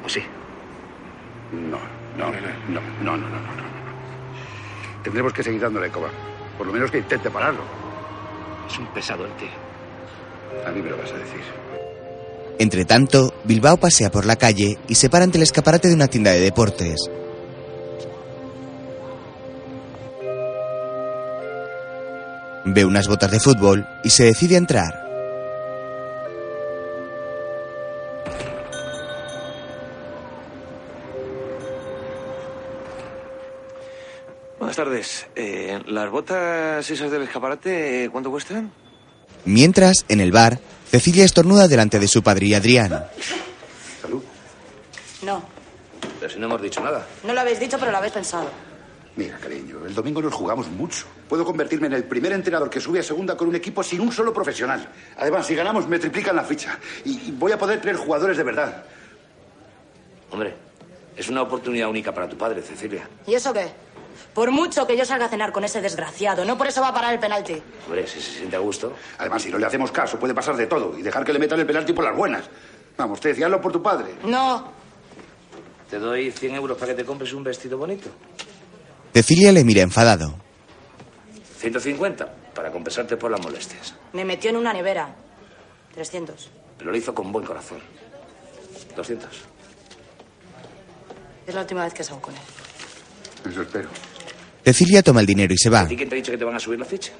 Pues sí. No, no, no, no, no, no, no, no, no. Tendremos que seguir dándole coba. Por lo menos que intente pararlo. Es un pesado el tío. A mí me lo vas a decir. Entre tanto, Bilbao pasea por la calle y se para ante el escaparate de una tienda de deportes. Ve unas botas de fútbol y se decide a entrar. Buenas tardes. Eh, ¿Las botas esas del escaparate eh, cuánto cuestan? Mientras, en el bar, Cecilia estornuda delante de su padre y Adrián. Salud. No, Pero si no hemos dicho nada. no lo habéis dicho, pero lo habéis pensado. Mira, cariño, el domingo nos jugamos mucho. Puedo convertirme en el primer entrenador que sube a segunda con un equipo sin un solo profesional. Además, si ganamos, me triplican la ficha. Y y voy a poder tener jugadores de verdad. Hombre, es una oportunidad única para tu padre, Cecilia. ¿Y eso qué? Por mucho que yo salga a cenar con ese desgraciado, no por eso va a parar el penalti. Hombre, si se siente a gusto. Además, si no le hacemos caso, puede pasar de todo y dejar que le metan el penalti por las buenas. Vamos, te decía, hazlo por tu padre. No. Te doy 100 euros para que te compres un vestido bonito. Cecilia le mira enfadado. 150 para compensarte por las molestias. Me metió en una nevera. 300. Pero lo hizo con buen corazón. 200. Es la última vez que salgo con él. Eso espero. Cecilia toma el dinero y se va. ¿A ti quién te ha dicho que te van a subir la ficha?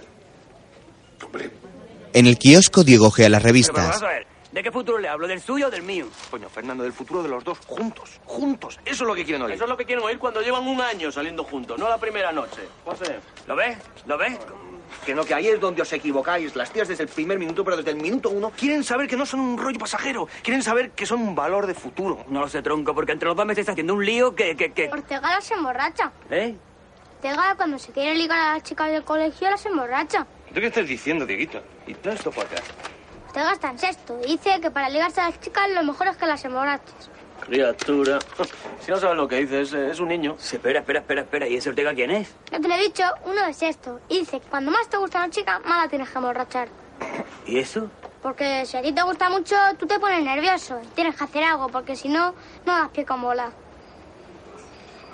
En el kiosco Diego ojea las Pero, pero revistas. vamos a ver, ¿de qué futuro le hablo? ¿Del suyo o del mío? Coño, Fernando, del futuro de los dos, juntos, juntos. Eso es lo que quieren oír. Eso es lo que quieren oír cuando llevan un año saliendo juntos, no la primera noche. José. ¿Lo ves? ¿Lo ves? Que no, que ahí es donde os equivocáis. Las tías desde el primer minuto, pero desde el minuto uno, quieren saber que no son un rollo pasajero. Quieren saber que son un valor de futuro. No lo sé, tronco, porque entre los dos me estáis haciendo un lío que... que, que... Ortegala se emborracha. ¿Eh? Ortegala cuando se quiere ligar a las chicas del colegio las emborracha. ¿Tú qué estás diciendo, Dieguito? Y todo esto para acá. Ortega está en sexto. Dice que para ligarse a las chicas lo mejor es que las emborraches. Criatura. Si no sabes lo que dices, eh, es un niño. espera, espera, espera, espera. ¿Y ese Ortega quién es? Ya te lo he dicho, uno de sexto. Y dice que cuando más te gusta una chica, más la tienes que emborrachar. ¿Y eso? Porque si a ti te gusta mucho, tú te pones nervioso. y Tienes que hacer algo, porque si no, no das pie con bola.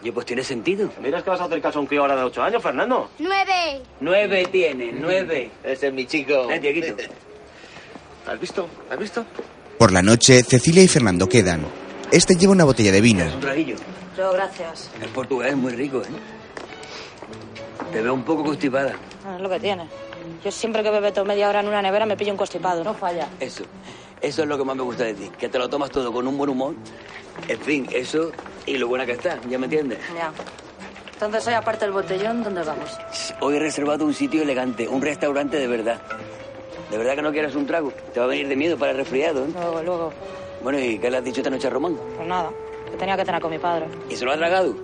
Oye, pues tiene sentido. Miras que vas a hacer caso a un tío ahora de 8 años, Fernando. ¡Nueve! Nueve tiene, nueve. Ese es mi Oh. chico. Eh, Dieguito. ¿Has visto? ¿Has visto? Por la noche, Cecilia y Fernando quedan. Este lleva una botella de vino. Un traguillo. Yo, gracias. El portugués es muy rico, ¿eh? Te veo un poco constipada. Bueno, es lo que tiene. Yo siempre que bebo todo media hora en una nevera me pillo un constipado. No falla. Eso. Eso es lo que más me gusta de ti. Que te lo tomas todo con un buen humor. En fin, eso y lo buena que está. ¿Ya me entiendes? Ya. Entonces hoy, aparte del botellón, ¿dónde vamos? Hoy he reservado un sitio elegante, un restaurante de verdad. De verdad que no quieras un trago. Te va a venir de miedo para el resfriado, ¿eh? Luego, luego. Bueno, ¿y qué le has dicho esta noche a Román? Pues nada, que tenía que cenar con mi padre. ¿Y se lo ha tragado?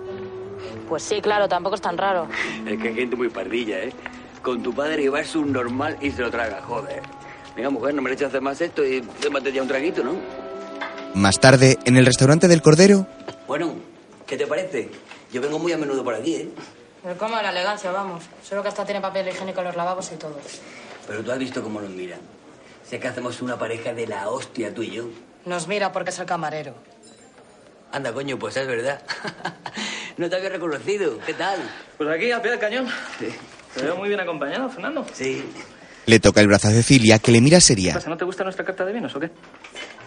Pues sí, claro, tampoco es tan raro. Es que hay gente muy pardilla, ¿eh? Con tu padre iba a ser un normal y se lo traga, joder. Venga, mujer, no me le eches a hacer más esto y tómate ya un traguito, ¿no? Más tarde, en el restaurante del Cordero, Bueno, ¿qué te parece? Yo vengo muy a menudo por aquí, ¿eh? Pero cómo la elegancia, vamos. Solo que hasta tiene papel higiénico en los lavabos y todo. Pero tú has visto cómo nos miran. Sé que hacemos una pareja de la hostia, tú y yo. Nos mira porque es el camarero. Anda, coño, pues es verdad. no te había reconocido. ¿Qué tal? Pues aquí, al pie del cañón. Te veo muy bien acompañado, Fernando. Sí. le toca el brazo a Cecilia, que le mira ¿Qué seria. pasa? ¿No te gusta nuestra carta de vinos o qué?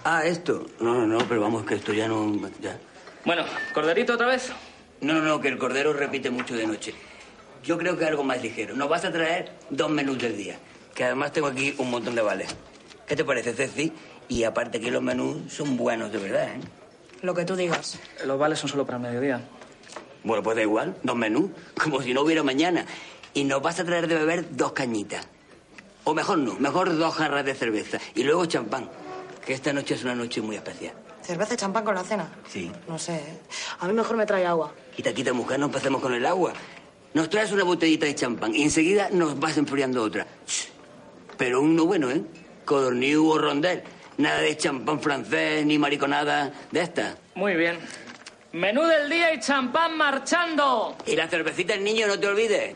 Ah, esto. No, no, no, pero vamos, que esto ya no. Ya. Bueno, corderito otra vez. No, no, no, que el cordero repite mucho de noche. Yo creo que algo más ligero. Nos vas a traer dos menús del día. Que además tengo aquí un montón de vales. ¿Qué te parece, Ceci? Y aparte que los menús son buenos, de verdad, ¿eh? Lo que tú digas. Los vales son solo para el mediodía. Bueno, pues da igual, dos menús, como si no hubiera mañana. Y nos vas a traer de beber dos cañitas. O mejor no, mejor dos jarras de cerveza. Y luego champán, que esta noche es una noche muy especial. ¿Cerveza y champán con la cena? Sí. No sé, ¿eh? A mí mejor me trae agua. Quita, quita, mujer, no empecemos con el agua. Nos traes una botellita de champán y enseguida nos vas enfriando otra. Ch, Pero uno bueno, ¿eh? Codorniu o rondel. Nada de champán francés ni mariconada de esta. Muy bien. Menú del día y champán marchando. Y la cervecita, el niño, no te olvides.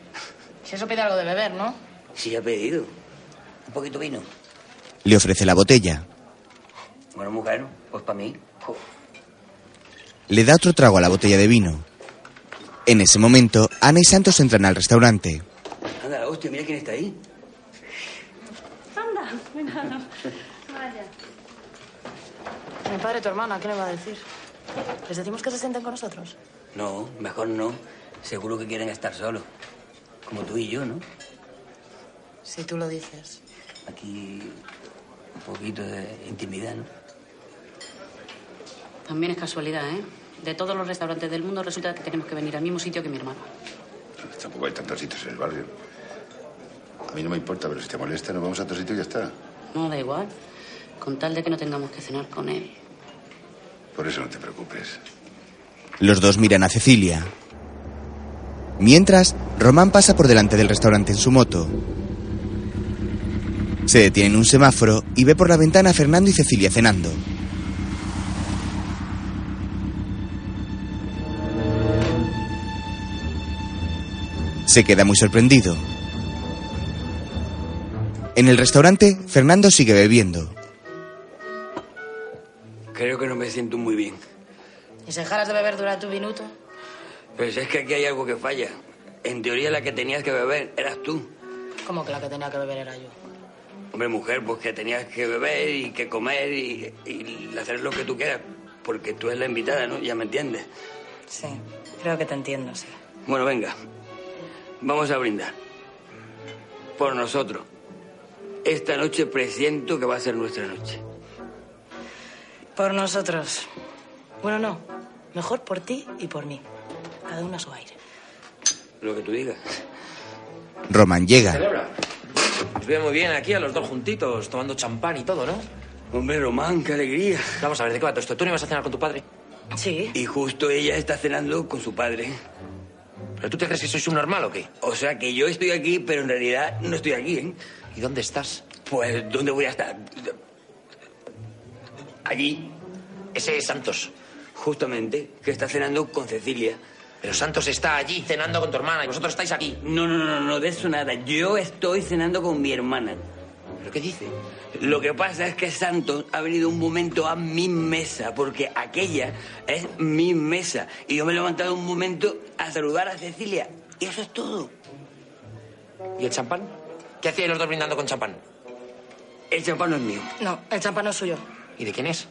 Si eso pide algo de beber, ¿no? Sí, ha pedido. Un poquito de vino. Le ofrece la botella. Bueno, mujer, pues para mí. Jo. Le da otro trago a la botella de vino. En ese momento, Ana y Santos entran al restaurante. Anda, la hostia, mira quién está ahí. Anda, mira. Vaya. Mi padre y tu hermana, ¿qué le va a decir? ¿Les decimos que se sienten con nosotros? No, mejor no. Seguro que quieren estar solos. Como tú y yo, ¿no? Si tú lo dices. Aquí un poquito de intimidad, ¿no? También es casualidad, ¿eh? De todos los restaurantes del mundo resulta que tenemos que venir al mismo sitio que mi hermano. Tampoco hay tantos sitios en el barrio. A mí no me importa, pero si te molesta, nos vamos a otro sitio y ya está. No, da igual. Con tal de que no tengamos que cenar con él. Por eso no te preocupes. Los dos miran a Cecilia. Mientras, Román pasa por delante del restaurante en su moto. Se detiene en un semáforo y ve por la ventana a Fernando y Cecilia cenando. Se queda muy sorprendido. En el restaurante, Fernando sigue bebiendo. Creo que no me siento muy bien. ¿Y si dejaras de beber durante un minuto? Pues es que aquí hay algo que falla. En teoría la que tenías que beber eras tú. Como que la que tenía que beber era yo. Hombre, mujer, pues que tenías que beber y que comer y, y hacer lo que tú quieras. Porque tú eres la invitada, ¿no? Ya me entiendes. Sí, creo que te entiendo, sí. Bueno, venga. Vamos a brindar. Por nosotros. Esta noche presiento que va a ser nuestra noche. Por nosotros. Bueno, no. Mejor por ti y por mí. Cada uno a su aire. Lo que tú digas. Román llega. Nos veo muy bien aquí a los dos juntitos, tomando champán y todo, ¿no? Hombre, Román, qué alegría. Vamos a ver, ¿de qué va todo esto? ¿Tú no ibas a cenar con tu padre? Sí. Y justo ella está cenando con su padre. ¿Pero tú te crees que soy un normal o qué? O sea que yo estoy aquí, pero en realidad no estoy aquí, ¿eh? ¿Y dónde estás? Pues, ¿dónde voy a estar? Allí. Ese es Santos. Justamente, que está cenando con Cecilia. Pero Santos está allí cenando con tu hermana y vosotros estáis aquí. No, no, no, no, de eso nada. Yo estoy cenando con mi hermana. ¿Pero qué dice? Lo que pasa es que Santos ha venido un momento a mi mesa, porque aquella es mi mesa. Y yo me he levantado un momento a saludar a Cecilia. Y eso es todo. ¿Y el champán? ¿Qué hacíais los dos brindando con champán? El champán no es mío. No, el champán no es suyo. ¿Y de quién es?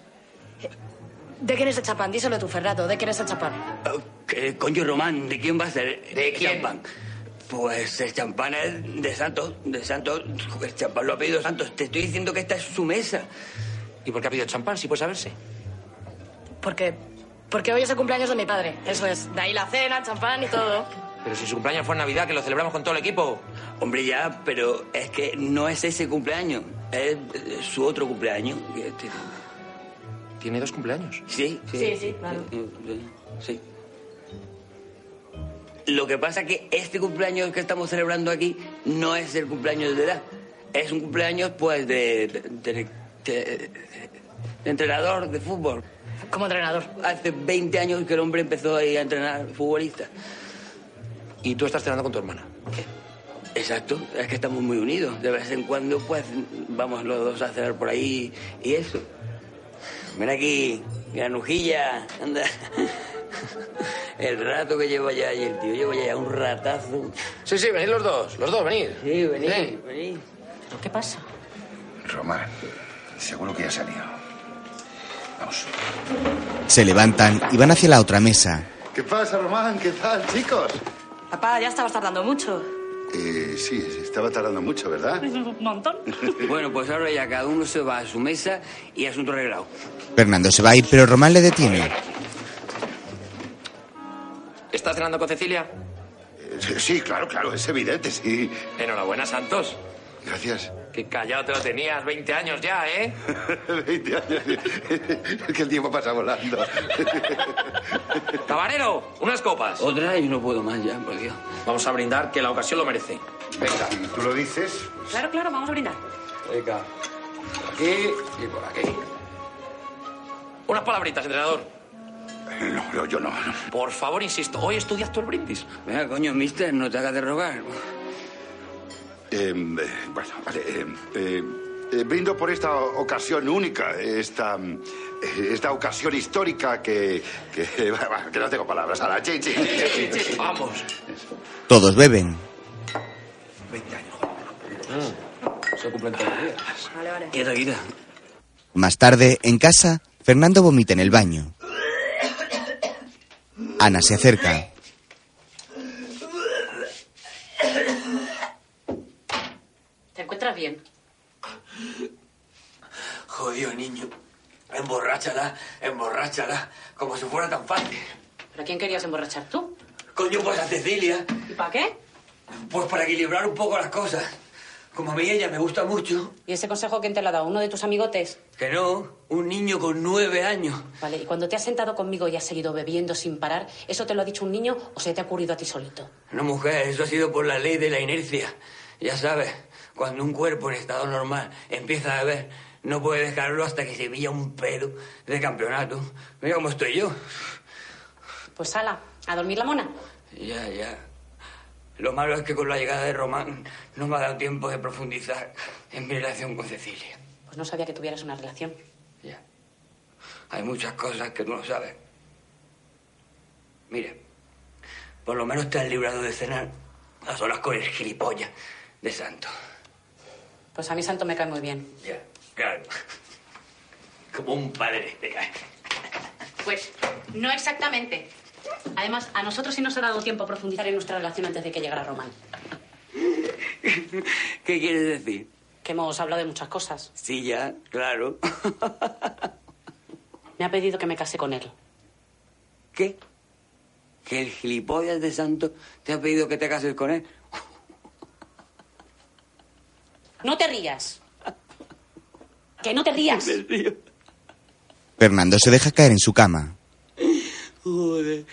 ¿De quién es el champán? Díselo tú, Fernando. ¿De quién es el champán? ¿Qué coño, Román? ¿De quién va a ser ¿De el quién? champán? Pues el champán es de Santos, de Santos. El champán lo ha pedido Santos. Te estoy diciendo que esta es su mesa. ¿Y por qué ha pedido champán? Si puede saberse. Porque, porque hoy es el cumpleaños de mi padre. Eso es. De ahí la cena, el champán y todo. Pero si su cumpleaños fue en Navidad, que lo celebramos con todo el equipo. Hombre, ya, pero es que no es ese cumpleaños. Es eh, su otro cumpleaños. que este- Tiene dos cumpleaños. Sí, sí. Sí, sí, claro. Sí, sí. Lo que pasa es que este cumpleaños que estamos celebrando aquí no es el cumpleaños de edad. Es un cumpleaños, pues, de, de- de- de- de eh, entrenador de fútbol. Como entrenador. Hace 20 años que el hombre empezó ahí a entrenar futbolista. Y tú estás cenando con tu hermana. Exacto, es que estamos muy unidos. De vez en cuando, pues, vamos los dos a cenar por ahí y eso. Ven aquí, granujilla, anda. El rato que llevo ya y el tío llevo ya un ratazo. Sí, sí, venid los dos. Los dos, venid. Sí, vení, Sí. vení. ¿Pero qué pasa? Román, seguro que ya se ha liado. Vamos. Se levantan y van hacia la otra mesa. ¿Qué pasa, Román? ¿Qué tal, chicos? Papá, ya estabas tardando mucho. Eh, sí, estaba tardando mucho, ¿verdad? Un montón. Bueno, pues ahora ya cada uno se va a su mesa y asunto arreglado. Fernando se va a ir, pero Román le detiene. ¿Estás cenando con Cecilia? Sí, claro, claro, es evidente, sí. Enhorabuena, Santos. Gracias. Qué callado te lo tenías, 20 años ya, ¿eh? 20 años. Es que el tiempo pasa volando. Tabanero, unas copas. Otra y no puedo más ya, por Dios. Vamos a brindar, que la ocasión lo merece. Venga, si tú lo dices. Claro, claro, vamos a brindar. Venga. Por aquí y por aquí. Unas palabritas, entrenador. No, no, yo no. Por favor, insisto, hoy estudias tú el brindis. Venga, coño, mister, no te hagas de rogar. Eh, eh, bueno, vale. eh, eh, eh, brindo por esta o- ocasión única, esta, mm, eh, esta ocasión histórica que, que, que no tengo palabras. Ahora, sí, sí, sí, sí. Vamos. Todos beben. Se cumplen todos los días. Vale, vale. Quieta, quieta. Más tarde, en casa, Fernando vomita en el baño. Ana se acerca. ¿Te encuentras bien? Jodido niño. Emborráchala, emborráchala, como si fuera tan fácil. ¿Pero a quién querías emborrachar tú? Coño, pues a Cecilia, ¿Y para qué? pues para equilibrar un poco las cosas. Como a mí ella me gusta mucho. ¿Y ese consejo quién te lo ha dado? ¿Uno de tus amigotes? Que no, un niño con nueve años. Vale, y cuando te has sentado conmigo y has seguido bebiendo sin parar, ¿eso te lo ha dicho un niño o se te ha ocurrido a ti solito? No, mujer, eso ha sido por la ley de la inercia. Ya sabes, cuando un cuerpo en estado normal empieza a beber, no puede dejarlo hasta que se pilla un pelo de campeonato. Mira cómo estoy yo. Pues ala, a dormir la mona. Ya, ya. Lo malo es que con la llegada de Román no me ha dado tiempo de profundizar en mi relación con Cecilia. Pues no sabía que tuvieras una relación. Hay muchas cosas que tú no sabes. Mira, por lo menos te has librado de cenar a solas con el gilipollas de Santo. Pues a mí Santo me cae muy bien. Ya, claro. Como un padre te ¿eh? cae. Pues no exactamente. Además, a nosotros sí nos ha dado tiempo a profundizar en nuestra relación antes de que llegara Román. ¿Qué quieres decir? Que hemos hablado de muchas cosas. Sí, ya, claro. Me ha pedido que me case con él. ¿Qué? ¿Que el gilipollas de Santo te ha pedido que te cases con él? No te rías. Que no te rías. Fernando se deja caer en su cama. Joder,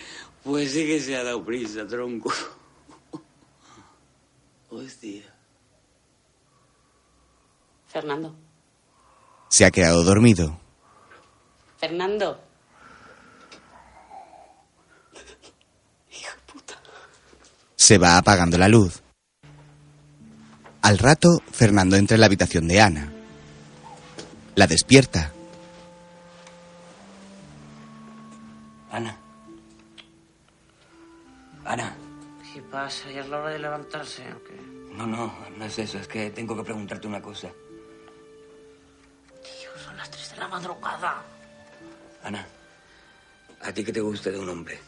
pues sí que se ha dado prisa, tronco. Hostia. Fernando. Se ha quedado dormido. Fernando. Se va apagando la luz. Al rato, Fernando entra en la habitación de Ana. La despierta. Ana. Ana. ¿Qué pasa? ¿Ya es la hora de levantarse o qué? No, no, no es eso. Es que tengo que preguntarte una cosa. Tío, son las 3 de la madrugada. Ana, ¿a ti qué te gusta de un hombre?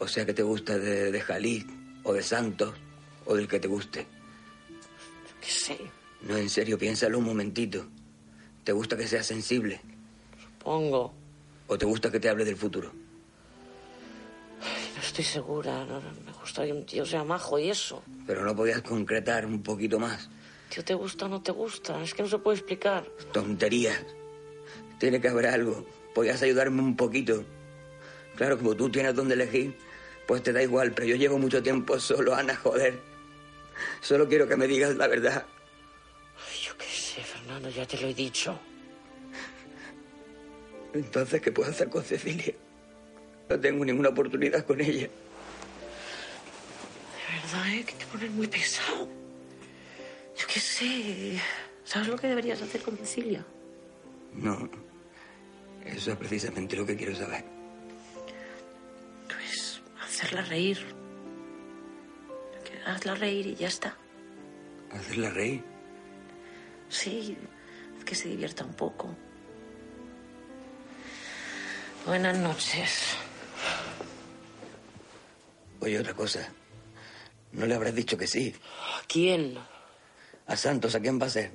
O sea, ¿qué te gusta de, de Jalí o de Santos o del que te guste? ¿Qué sé? No, en serio, piénsalo un momentito. ¿Te gusta que sea sensible? Pongo. ¿O te gusta que te hable del futuro? No estoy segura. No, no, me gusta que un tío sea majo y eso. Pero no podías concretar un poquito más. Tío, ¿te gusta o no te gusta? Es que no se puede explicar. Tonterías. Tiene que haber algo. Podías ayudarme un poquito. Claro, como tú tienes donde elegir, pues te da igual, pero yo llevo mucho tiempo solo, Ana, joder. Solo quiero que me digas la verdad. Yo qué sé, Fernando, ya te lo he dicho. Entonces, ¿qué puedo hacer con Cecilia? No tengo ninguna oportunidad con ella. De verdad, ¿eh? Que te pones muy pesado. Yo qué sé. ¿Sabes lo que deberías hacer con Cecilia? No. Eso es precisamente lo que quiero saber. Pues hacerla reír. Que Hazla reír y ya está. ¿Hacerla reír? Sí, haz que se divierta un poco. Buenas noches. Oye, otra cosa. ¿No le habrás dicho que sí? ¿A quién? A Santos, ¿a quién va a ser?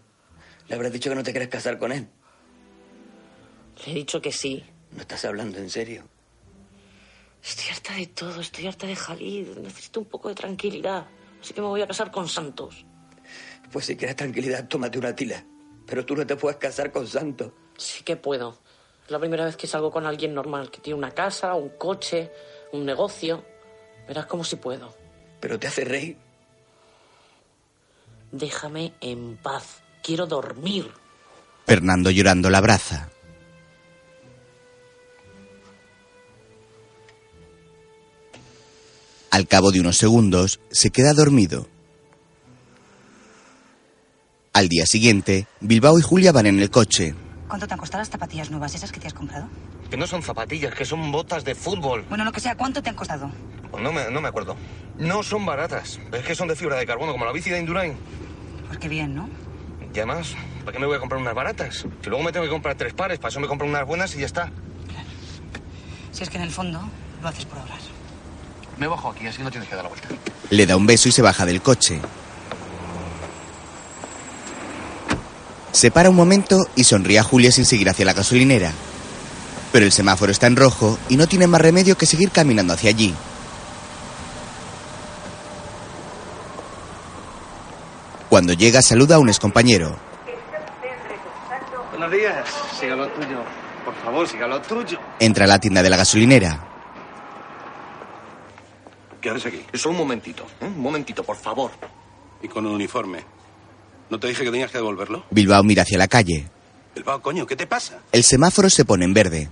¿Le habrás dicho que no te quieres casar con él? Le he dicho que sí. ¿No estás hablando en serio? Estoy harta de todo, estoy harta de Jalid. Necesito un poco de tranquilidad. Así que me voy a casar con Santos. Pues si quieres tranquilidad, tómate una tila. Pero tú no te puedes casar con Santos. Sí que puedo. Es la primera vez que salgo con alguien normal, que tiene una casa, un coche, un negocio. Verás como si puedo. Pero te hace reír. Déjame en paz. Quiero dormir. Fernando llorando la abraza. Al cabo de unos segundos, se queda dormido. Al día siguiente, Bilbao y Julia van en el coche. ¿Cuánto te han costado las zapatillas nuevas esas que te has comprado? Que no son zapatillas, que son botas de fútbol. Pues Bueno, lo que sea, ¿cuánto te han costado? No me, no me acuerdo. No son baratas. Es que son de fibra de carbono, como la bici de Indurain. Pues qué bien, ¿no? Y además, ¿para qué me voy a comprar unas baratas? Si luego me tengo que comprar tres pares, para eso me compro unas buenas y ya está. Si es que en el fondo lo haces por ahorrar. Me bajo aquí, así no tienes que dar la vuelta. Le da un beso y se baja del coche. Se para un momento y sonríe a Julia sin seguir hacia la gasolinera. Pero el semáforo está en rojo y no tiene más remedio que seguir caminando hacia allí. Cuando Cuando llega saluda a un excompañero. Buenos días. Siga lo tuyo. Por favor, siga lo tuyo. Entra a la tienda de la gasolinera. ¿Qué haces aquí? Solo un momentito, ¿eh? un momentito, por favor. Y con un uniforme. ¿No te dije que tenías que devolverlo? Bilbao mira hacia la calle. El vago, coño, ¿qué te pasa? El semáforo se pone en verde.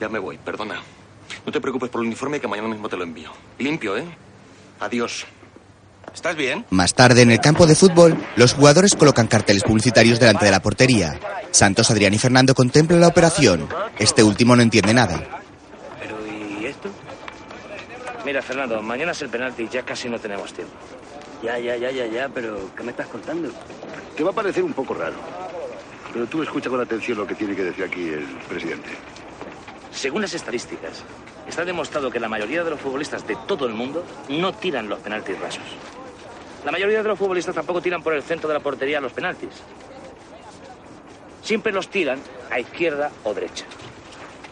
Ya me voy, perdona. No te preocupes por el uniforme que mañana mismo te lo envío. Limpio, ¿eh? Adiós. ¿Estás bien? Más tarde, en el campo de fútbol, los jugadores colocan carteles publicitarios delante de la portería. Santos, Adrián y Fernando contemplan la operación. Este último no entiende nada. ¿Y esto? Mira, Fernando, mañana es el penalti y ya casi no tenemos tiempo. Ya, ya, ya, ya, ya, pero ¿qué me estás contando? Te va a parecer un poco raro. Pero tú escucha con atención lo que tiene que decir aquí el presidente. Según las estadísticas, está demostrado que la mayoría de los futbolistas de todo el mundo no tiran los penaltis rasos. La mayoría de los futbolistas tampoco tiran por el centro de la portería los penaltis. Siempre los tiran a izquierda o derecha.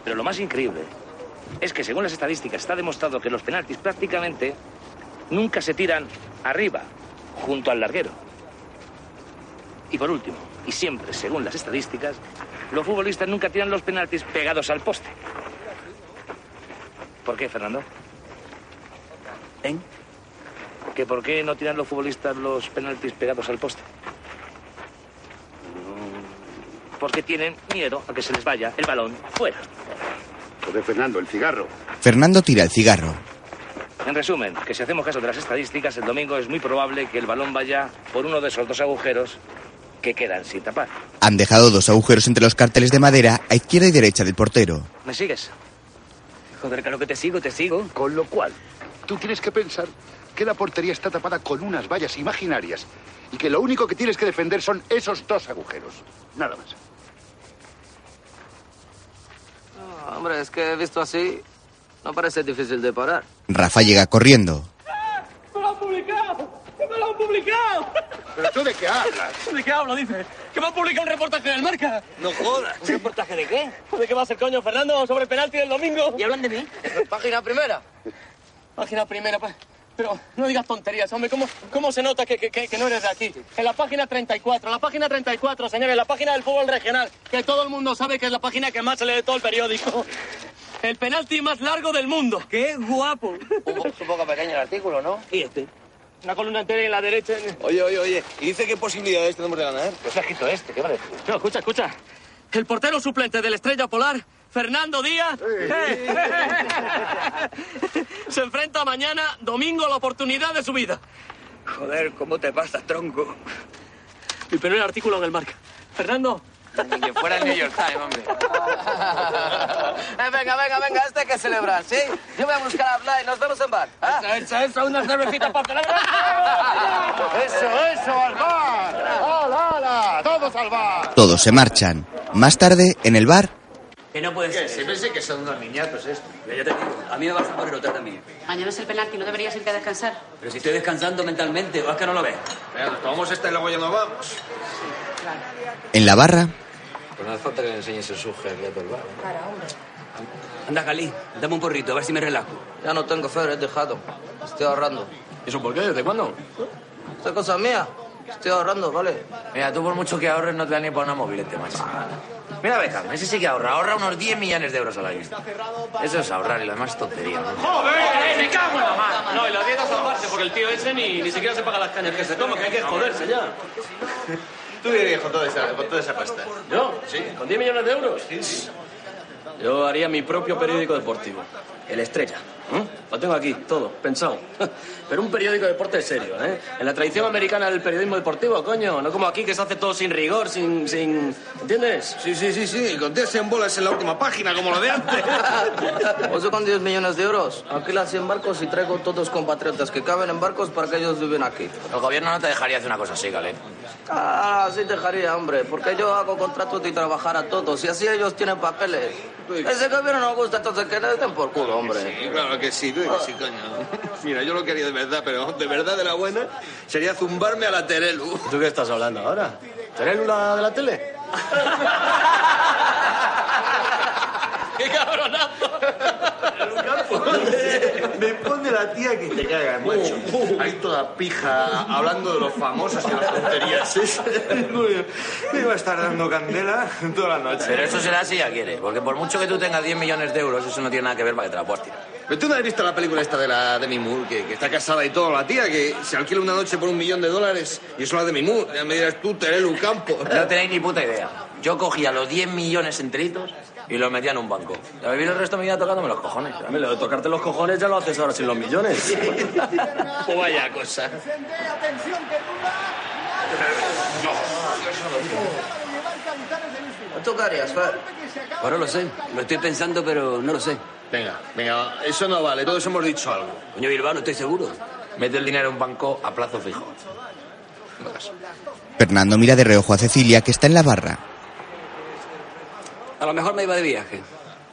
Pero lo más increíble es que según las estadísticas está demostrado que los penaltis prácticamente nunca se tiran arriba, junto al larguero. Y por último, y siempre según las estadísticas, los futbolistas nunca tiran los penaltis pegados al poste. ¿Por qué, Fernando? ¿En? ¿Que por qué no tiran los futbolistas los penaltis pegados al poste? Porque tienen miedo a que se les vaya el balón fuera. Joder, Fernando, el cigarro. Fernando tira el cigarro. En resumen, que si hacemos caso de las estadísticas, el domingo es muy probable que el balón vaya por uno de esos dos agujeros que quedan sin tapar. Han dejado dos agujeros entre los carteles de madera a izquierda y derecha del portero. ¿Me sigues? Joder, claro que te sigo, te sigo. Con lo cual, tú tienes que pensar que la portería está tapada con unas vallas imaginarias y que lo único que tienes que defender son esos dos agujeros. Nada más. Ah, hombre, es que visto así, no parece difícil de parar. Rafa llega corriendo. ¡Me lo han publicado! ¡Que me lo han publicado! ¿Pero tú de qué hablas? ¿De qué hablo, dice? ¡Que me han publicado un reportaje del Marca! ¡No jodas! ¿Un reportaje de qué? ¿De qué va a ser, coño, Fernando? Sobre el penalti del domingo. ¿Y hablan de mí? Página primera. Página primera, pues. Pero no digas tonterías, hombre. ¿Cómo, cómo se nota que, que- que- que no eres de aquí? En la página 34, la página 34, señores, la página del fútbol regional, que todo el mundo sabe que es la página que más se lee de todo el periódico. El penalti más largo del mundo. ¡Qué guapo! Es un poco pequeño el artículo, ¿no? ¿Y este? Una columna entera y en la derecha. Oye, oye, oye. ¿Y dice qué posibilidades tenemos de ganar? Pues ha escrito este, ¿qué vale? No, escucha, escucha. El portero suplente de la Estrella Polar, Fernando Díaz, se enfrenta mañana, domingo, a la oportunidad de su vida. Joder, ¿cómo te pasa, tronco? Mi primer artículo en el marca. Fernando. Ni que fuera el New York Times, hombre. Eh, venga, venga, venga, este hay que celebrar, ¿sí? Yo voy a buscar a Bly, nos vemos en bar. Eso, eso, eso, una cervecita para celebrar. Eso, eso, al bar. ¡Hala, hala! ¡Todos al bar! Todos se marchan. Más tarde, en el bar, Que no puede ser. Se pensé que son unos niñatos esto. Ya, ya te digo, a mí me vas a poner otra también. Mañana es el penalti, ¿no deberías irte a descansar? Pero si estoy descansando mentalmente, ¿o es que no lo ves? nos tomamos esta y luego ya nos vamos. en la barra, Pues no hace falta que le enseñes el suje al gato bar. Anda, Cali, dame un porrito, a ver si me relajo. Ya no tengo fe, he dejado. Estoy ahorrando. ¿Eso por qué? ¿Desde cuándo? Esta es cosa mía. Estoy ahorrando, ¿vale? Mira, tú por mucho que ahorres no te da ni para una mobilete, macho. Mira Beckham, ese sí que ahorra. Ahorra unos 10 millones de euros al año. Eso es ahorrar y lo demás es tontería. ¿no? ¡Joder! ¡Me cago en la mano! No, y la dieta salvarse, porque el tío ese ni, ni siquiera se paga las cañas que se toma, que hay que joderse ya. Tú vivías con toda esa, con toda esa pasta. ¿Yo? Sí. ¿Con 10 millones de euros? Yo haría mi propio periódico deportivo. El Estrella. ¿eh? Lo tengo aquí, todo, pensado. Pero un periódico de deporte serio, ¿eh? En la tradición americana del periodismo deportivo, coño. No como aquí que se hace todo sin rigor, sin... sin... ¿Entiendes? Sí, sí, sí, sí. Con 10 en bolas en la última página, como lo de antes. Oso con 10 Pues millones de euros. Alquila 100 barcos y traigo todos compatriotas que caben en barcos para que ellos viven aquí. El gobierno no te dejaría hacer una cosa así, Galen. Ah, sí dejaría, hombre, porque yo hago contratos de trabajar a todos y así ellos tienen papeles. Ese gobierno no gusta, entonces que le den por culo, hombre. Sí, claro que sí, tú que sí, coño. Mira, yo lo quería de verdad, pero de verdad de la buena sería zumbarme a la Terelu. ¿Tú qué estás hablando ahora? ¿Terelu la de la tele? ¡Qué cabronazo! Me Responde la tía que te cagas, macho. Ahí toda pija hablando de los famosos y las tonterías. esas. Me va a estar dando candela toda la noche. Pero eso será si ya quieres, porque por mucho que tú tengas 10 millones de euros, eso no tiene nada que ver para que te la puedas tirar. ¿Pero tú no has visto la película esta de la Demi Moore, que, que está casada y todo, la tía, que se alquila una noche por un millón de dólares? Y eso la Demi Moore, ya me dirás tú, Terelu Campo. No tenéis ni puta idea. Yo cogía los 10 millones enteritos y los metía en un banco. Y a vivir el resto de mi vida tocándome los cojones. Hombre, lo de tocarte los cojones ya lo haces ahora sin los millones. o Pues vaya cosa. ¿Cuánto tocarías, Fer? Ahora lo sé. Lo estoy pensando, pero no lo sé. Venga, venga, eso no vale. Todos hemos dicho algo. Coño, Bilbao, no estoy seguro. Mete el dinero en un banco a plazo fijo. Fernando mira de reojo a Cecilia, que está en la barra. A lo mejor me iba de viaje.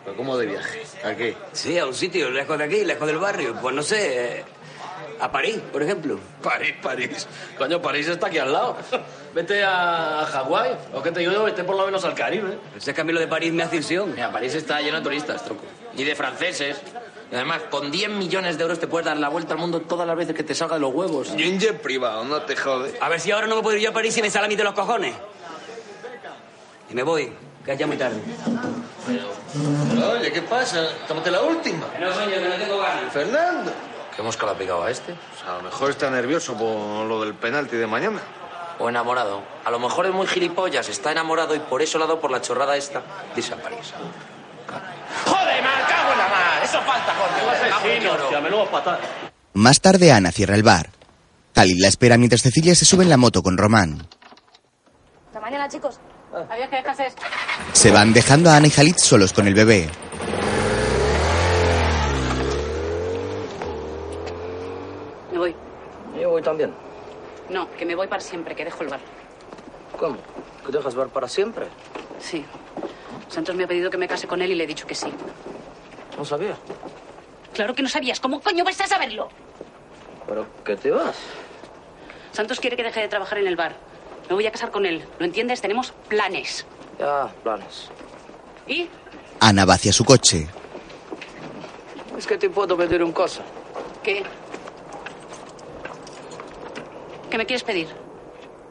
¿Pero cómo de viaje? ¿A qué? Sí, a un sitio lejos de aquí, lejos del barrio. Pues no sé, eh, a París, por ejemplo. París, París. Coño, París está aquí al lado. Vete a Hawái, o que te digo yo, vete por lo menos al Caribe. Ese camino de París me hace ilusión. Mira, París está lleno de turistas, tronco. Y de franceses. Y además, con 10 millones de euros te puedes dar la vuelta al mundo todas las veces que te salga de los huevos. Y un jet privado, no te jodes. A ver si ahora no me puedo ir yo a París y me sale a mí de los cojones. Y me voy, que es ya muy tarde. Oye, ¿qué Pues, eh. pasa? Tómate la última. No, coño, que no tengo ganas. Fernando. Pues ¿Qué mosca la ha pegado a este? a lo mejor está nervioso por lo del penalti de mañana. O enamorado. A lo mejor es muy gilipollas, está enamorado y por eso le ha dado por la chorrada esta de irse a París. ¡Joder, me cago en la Ah, mar! ¡Eso falta, joder! Me cago en Asesinos, oro. tío, a menudo patada. Más tarde, Ana cierra el bar. Khalil la espera mientras Cecilia se sube en la moto con Román. Hasta mañana, chicos. Adiós, que descanses. Se van dejando a Ana y Khalid solos con el bebé. Me voy. Yo voy también. No, que me voy para siempre, que dejo el bar. ¿Cómo? ¿Que dejas ver para siempre? Sí. Santos me ha pedido que me case con él y le he dicho que sí. No sabía. Claro que no sabías. ¿Cómo coño vas a saberlo? ¿Pero qué te vas? Santos quiere que deje de trabajar en el bar. Me voy a casar con él. ¿Lo entiendes? Tenemos planes. Ya, planes. ¿Y? Ana va hacia su coche. Es que te puedo pedir un cosa. ¿Qué? ¿Qué me quieres pedir?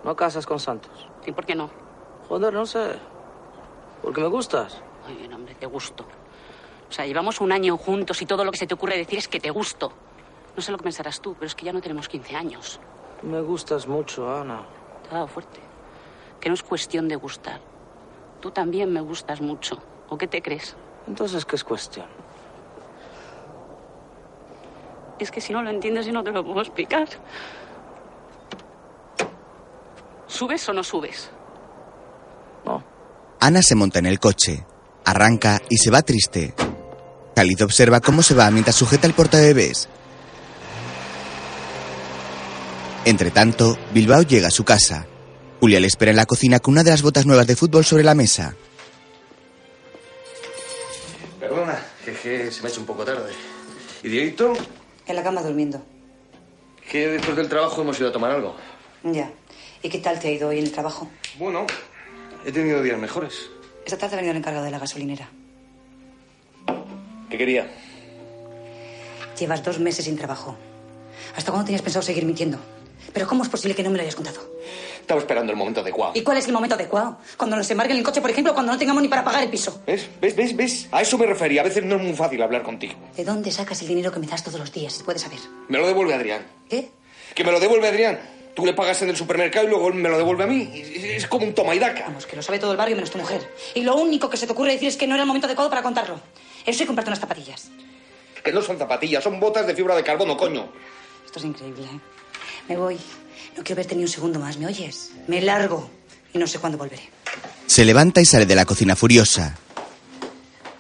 No casas con Santos. ¿Y por qué no? Joder, no sé. Porque me gustas. Muy bien, hombre, te gusto. O sea, llevamos un año juntos y todo lo que se te ocurre decir es que te gusto. No sé lo que pensarás tú, pero es que ya no tenemos 15 años. Me gustas mucho, Ana. Te ha dado fuerte. Que no es cuestión de gustar. Tú también me gustas mucho. ¿O qué te crees? Entonces, ¿qué es cuestión? Es que si no lo entiendes, yo no te lo puedo explicar. ¿Subes o no subes? Ana se monta en el coche, arranca y se va triste. Khalid observa cómo se va mientras sujeta el portabebés. Entre tanto, Bilbao llega a su casa. Julia le espera en la cocina con una de las botas nuevas de fútbol sobre la mesa. Perdona, que, que se me ha hecho un poco tarde. ¿Y Dieguito? En la cama durmiendo. Que después del trabajo hemos ido a tomar algo. Ya. ¿Y qué tal te ha ido hoy en el trabajo? Bueno, he tenido días mejores. Esta tarde ha venido el encargado de la gasolinera. ¿Qué quería? Llevas dos meses sin trabajo. ¿Hasta cuándo tenías pensado seguir mintiendo? ¿Pero cómo es posible que no me lo hayas contado? Estaba esperando el momento adecuado. ¿Y cuál es el momento adecuado? ¿Cuando nos embarguen el coche, por ejemplo, o cuando no tengamos ni para pagar el piso? ¿Ves? ¿Ves? ¿Ves? ¿Ves? A eso me refería. A veces no es muy fácil hablar contigo. ¿De dónde sacas el dinero que me das todos los días? Si puedes saber. Me lo devuelve Adrián. ¿Qué? Que me lo devuelve Adrián. Tú le pagas en el supermercado y luego él me lo devuelve a mí. Es- Es como un toma y daca. Vamos, que lo sabe todo el barrio menos tu mujer. Y lo único que se te ocurre decir es que no era el momento adecuado para contarlo. Eso y comprarte unas zapatillas. Que no son zapatillas, son botas de fibra de carbono, coño. Esto es increíble, ¿eh? Me voy. No quiero verte ni un segundo más, ¿me oyes? Me largo y no sé cuándo volveré. Se levanta y sale de la cocina furiosa.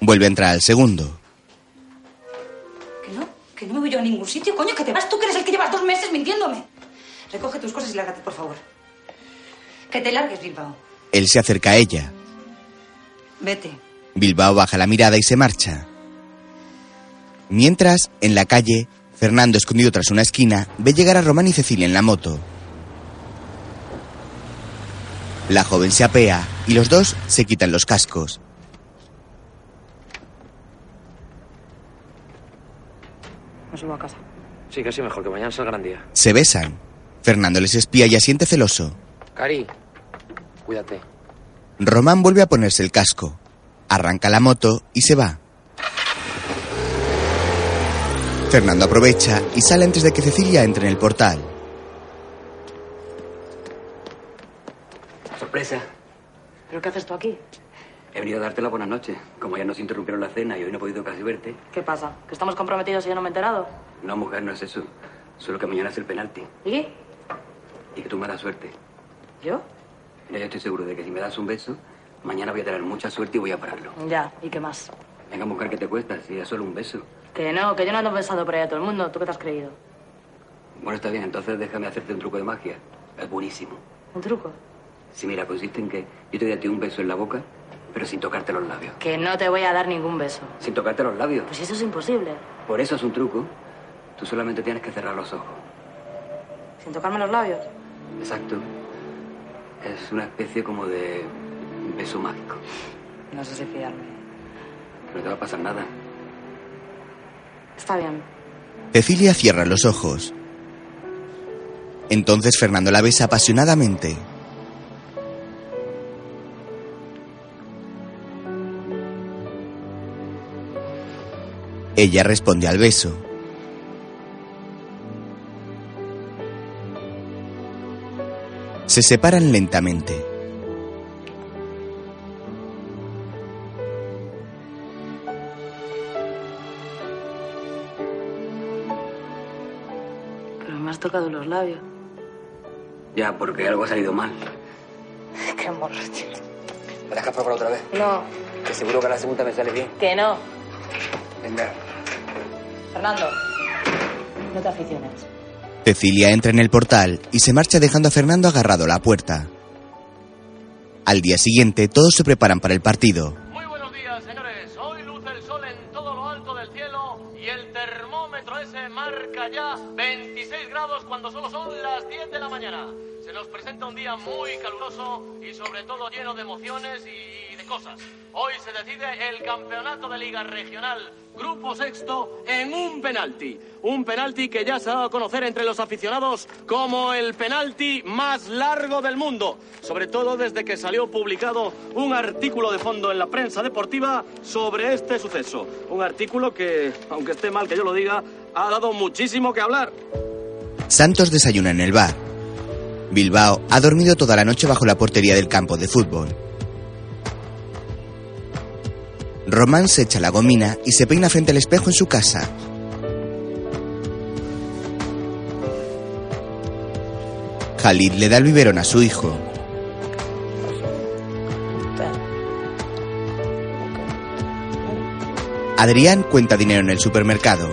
Vuelve a entrar al segundo. ¿Que no? ¿Que no me voy yo a ningún sitio? Coño, que te vas tú, que eres el que llevas dos meses mintiéndome. Recoge tus cosas y lárgate, por favor. Que te largues, Bilbao. Él se acerca a ella. Vete. Bilbao baja la mirada y se marcha. Mientras, en la calle, Fernando, escondido tras una esquina, ve llegar a Román y Cecilia en la moto. La joven se apea y los dos se quitan los cascos. No Me subo a casa. Sí, casi mejor, que mañana es el gran día. Se besan. Fernando les espía y asiente celoso. Cari, cuídate. Román vuelve a ponerse el casco. Arranca la moto y se va. Fernando aprovecha y sale antes de que Cecilia entre en el portal. Sorpresa. ¿Pero qué haces tú aquí? He venido a darte la buenas noches. Como ya nos interrumpieron la cena y hoy no he podido casi verte. ¿Qué pasa? ¿Que estamos comprometidos y yo no me he enterado? No, mujer, no es eso. Solo que mañana es el penalti ¿Y? y que tú me das suerte. ¿Yo? Mira, yo estoy seguro de que si me das un beso, mañana voy a tener mucha suerte y voy a pararlo. Ya, ¿y qué más? Venga, mujer, ¿qué te cuesta? Si es solo un beso. Que no, que yo no ando pensando por ahí a todo el mundo. ¿Tú qué te has creído? Bueno, está bien, entonces déjame hacerte un truco de magia. Es buenísimo. ¿Un truco? Si mira, consiste en que yo te doy a ti un beso en la boca, pero sin tocarte los labios. Que no te voy a dar ningún beso. Sin tocarte los labios. Pues eso es imposible. Por eso es un truco. Tú solamente tienes que cerrar los ojos. Sin tocarme los labios. Exacto. Es una especie como de beso mágico. No sé si fiarme. No te va a pasar nada. Está bien. Cecilia cierra los ojos. Entonces Fernando la besa apasionadamente. Ella responde al beso. Se separan lentamente. Pero me has tocado los labios. Ya, porque algo ha salido mal. Qué morro, ¿Me dejas probar otra vez? No, Que seguro que la segunda me sale bien. que no. Venga. Fernando, no te aficiones. Cecilia entra en el portal y se marcha dejando a Fernando agarrado a la puerta. Al día siguiente todos se preparan para el partido. Marca ya 26 grados cuando solo son las 10 de la mañana. Se nos presenta un día muy caluroso y sobre todo lleno de emociones y de cosas. Hoy se decide el campeonato de Liga Regional, grupo sexto, en un penalti. Un penalti que ya se ha dado a conocer entre los aficionados como el penalti más largo del mundo. Sobre todo desde que salió publicado un artículo de fondo en la prensa deportiva sobre este suceso. Un artículo que, aunque esté mal que yo lo diga, ha dado muchísimo que hablar. Santos desayuna en el bar. Bilbao ha dormido toda la noche bajo la portería del campo de fútbol. Román se echa la gomina y se peina frente al espejo en su casa. Khalid le da el biberón a su hijo. Adrián cuenta dinero en el supermercado.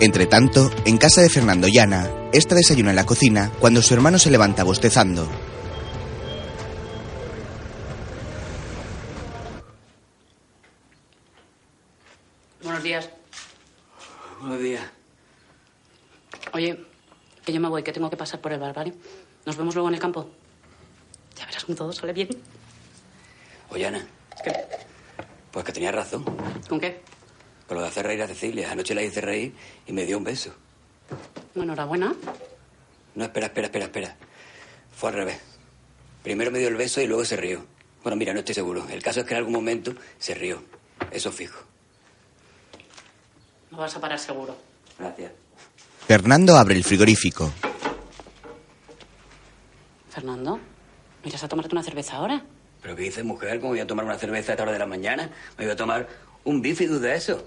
Entre tanto, en casa de Fernando Llana, esta desayuna en la cocina cuando su hermano se levanta bostezando. Buenos días. Buenos días. Oye, que yo me voy, que tengo que pasar por el bar, ¿vale? Nos vemos luego en el campo. Ya verás cómo todo sale bien. Oye, Ana. Pues que tenía razón. ¿Con qué? Con lo de hacer reír a Cecilia. Anoche la hice reír y me dio un beso. Enhorabuena. No, espera, espera, espera, espera. Fue al revés. Primero me dio el beso y luego se rió. Bueno, mira, no estoy seguro. El caso es que en algún momento se rió. Eso fijo. No vas a parar seguro. Gracias. Fernando abre el frigorífico. Fernando, ¿no irás a tomarte una cerveza ahora? ¿Pero qué dices, mujer? ¿Cómo voy a tomar una cerveza a esta hora de la mañana? Me voy a tomar un bifidus de eso.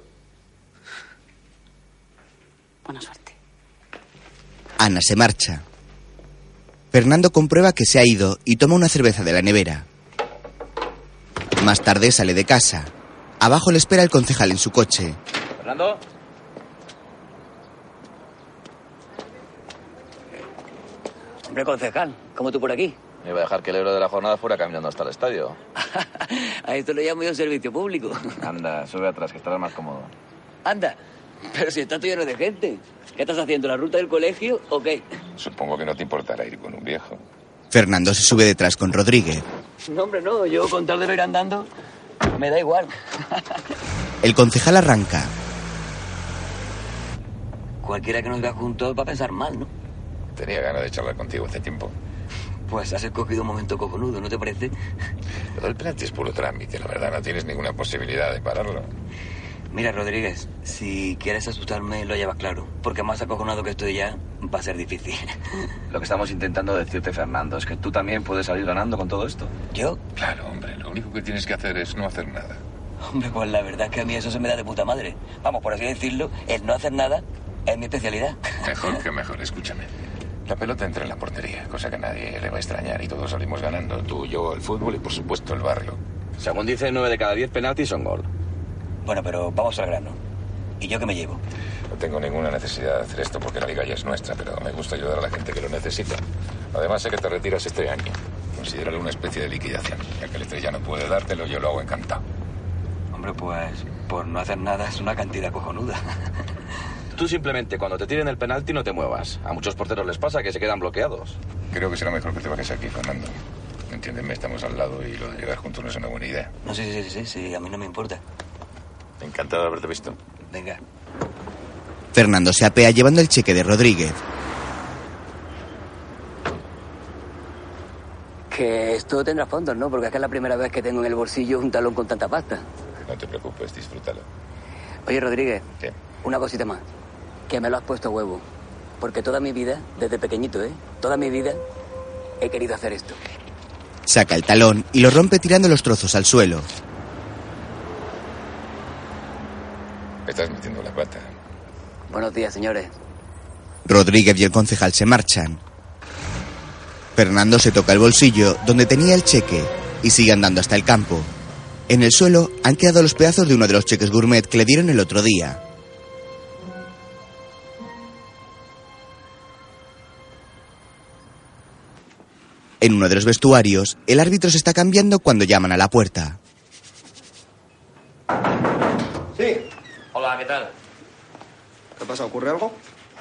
Buena suerte. Ana se marcha. Fernando comprueba que se ha ido y toma una cerveza de la nevera. Más tarde sale de casa. Abajo le espera el concejal en su coche. Fernando. Hombre, concejal, ¿cómo tú por aquí? Me iba a dejar que el héroe de la jornada fuera caminando hasta el estadio. A esto lo llamo yo servicio público. Anda, sube atrás, que estarás más cómodo. Anda, pero si está todo lleno de gente. ¿Qué estás haciendo, la ruta del colegio o qué? Supongo que no te importará ir con un viejo. Fernando se sube detrás con Rodríguez. No, hombre, no. Yo con tal de no ir andando, me da igual. El concejal arranca. Cualquiera que nos vea juntos va a pensar mal, ¿no? Tenía ganas de charlar contigo hace tiempo. Pues has escogido un momento cojonudo, ¿no te parece? Lo del penalti es puro trámite, la verdad. No tienes ninguna posibilidad de pararlo. Mira, Rodríguez, si quieres asustarme, lo llevas claro. Porque más acojonado que estoy ya, va a ser difícil. Lo que estamos intentando decirte, Fernando, es que tú también puedes salir ganando con todo esto. ¿Yo? Claro, hombre. Lo único que tienes que hacer es no hacer nada. Hombre, pues la verdad es que a mí eso se me da de puta madre. Vamos, por así decirlo, el no hacer nada es mi especialidad. Mejor que mejor, escúchame. La pelota entra en la portería, cosa que a nadie le va a extrañar y todos salimos ganando. Tú, yo, el fútbol y por supuesto el barrio. Según dice, 9 de cada 10 penaltis son gol. Bueno, pero vamos al grano. ¿Y yo qué me llevo? No tengo ninguna necesidad de hacer esto porque la liga ya es nuestra, pero me gusta ayudar a la gente que lo necesita. Además, sé que te retiras este año. Considéralo una especie de liquidación. Ya que el estrella no puede dártelo, yo lo hago encantado. Hombre, pues por no hacer nada es una cantidad cojonuda. Tú simplemente cuando te tiren el penalti no te muevas. A muchos porteros les pasa que se quedan bloqueados. Creo que será mejor que te bajes aquí, Fernando. Entiéndeme, estamos al lado y lo de llegar juntos no es una buena idea. No, sí, sí, sí, sí, sí, a mí no me importa. Encantado de haberte visto. Venga. Fernando se apea llevando el cheque de Rodríguez. Que esto tendrá fondos, ¿no? Porque acá es la primera vez que tengo en el bolsillo un talón con tanta pasta. No te preocupes, disfrútalo. Oye, Rodríguez, ¿Qué? una cosita más. Que me lo has puesto a huevo. Porque toda mi vida, desde pequeñito, ¿eh? Toda mi vida he querido hacer esto. Saca el talón y lo rompe tirando los trozos al suelo. Estás metiendo la pata. Buenos días, señores. Rodríguez y el concejal se marchan. Fernando se toca el bolsillo donde tenía el cheque y sigue andando hasta el campo. En el suelo han quedado los pedazos de uno de los cheques gourmet que le dieron el otro día. En uno de los vestuarios, el árbitro se está cambiando cuando llaman a la puerta. Sí. Hola, ¿qué tal? ¿Qué pasa? ¿Ocurre algo?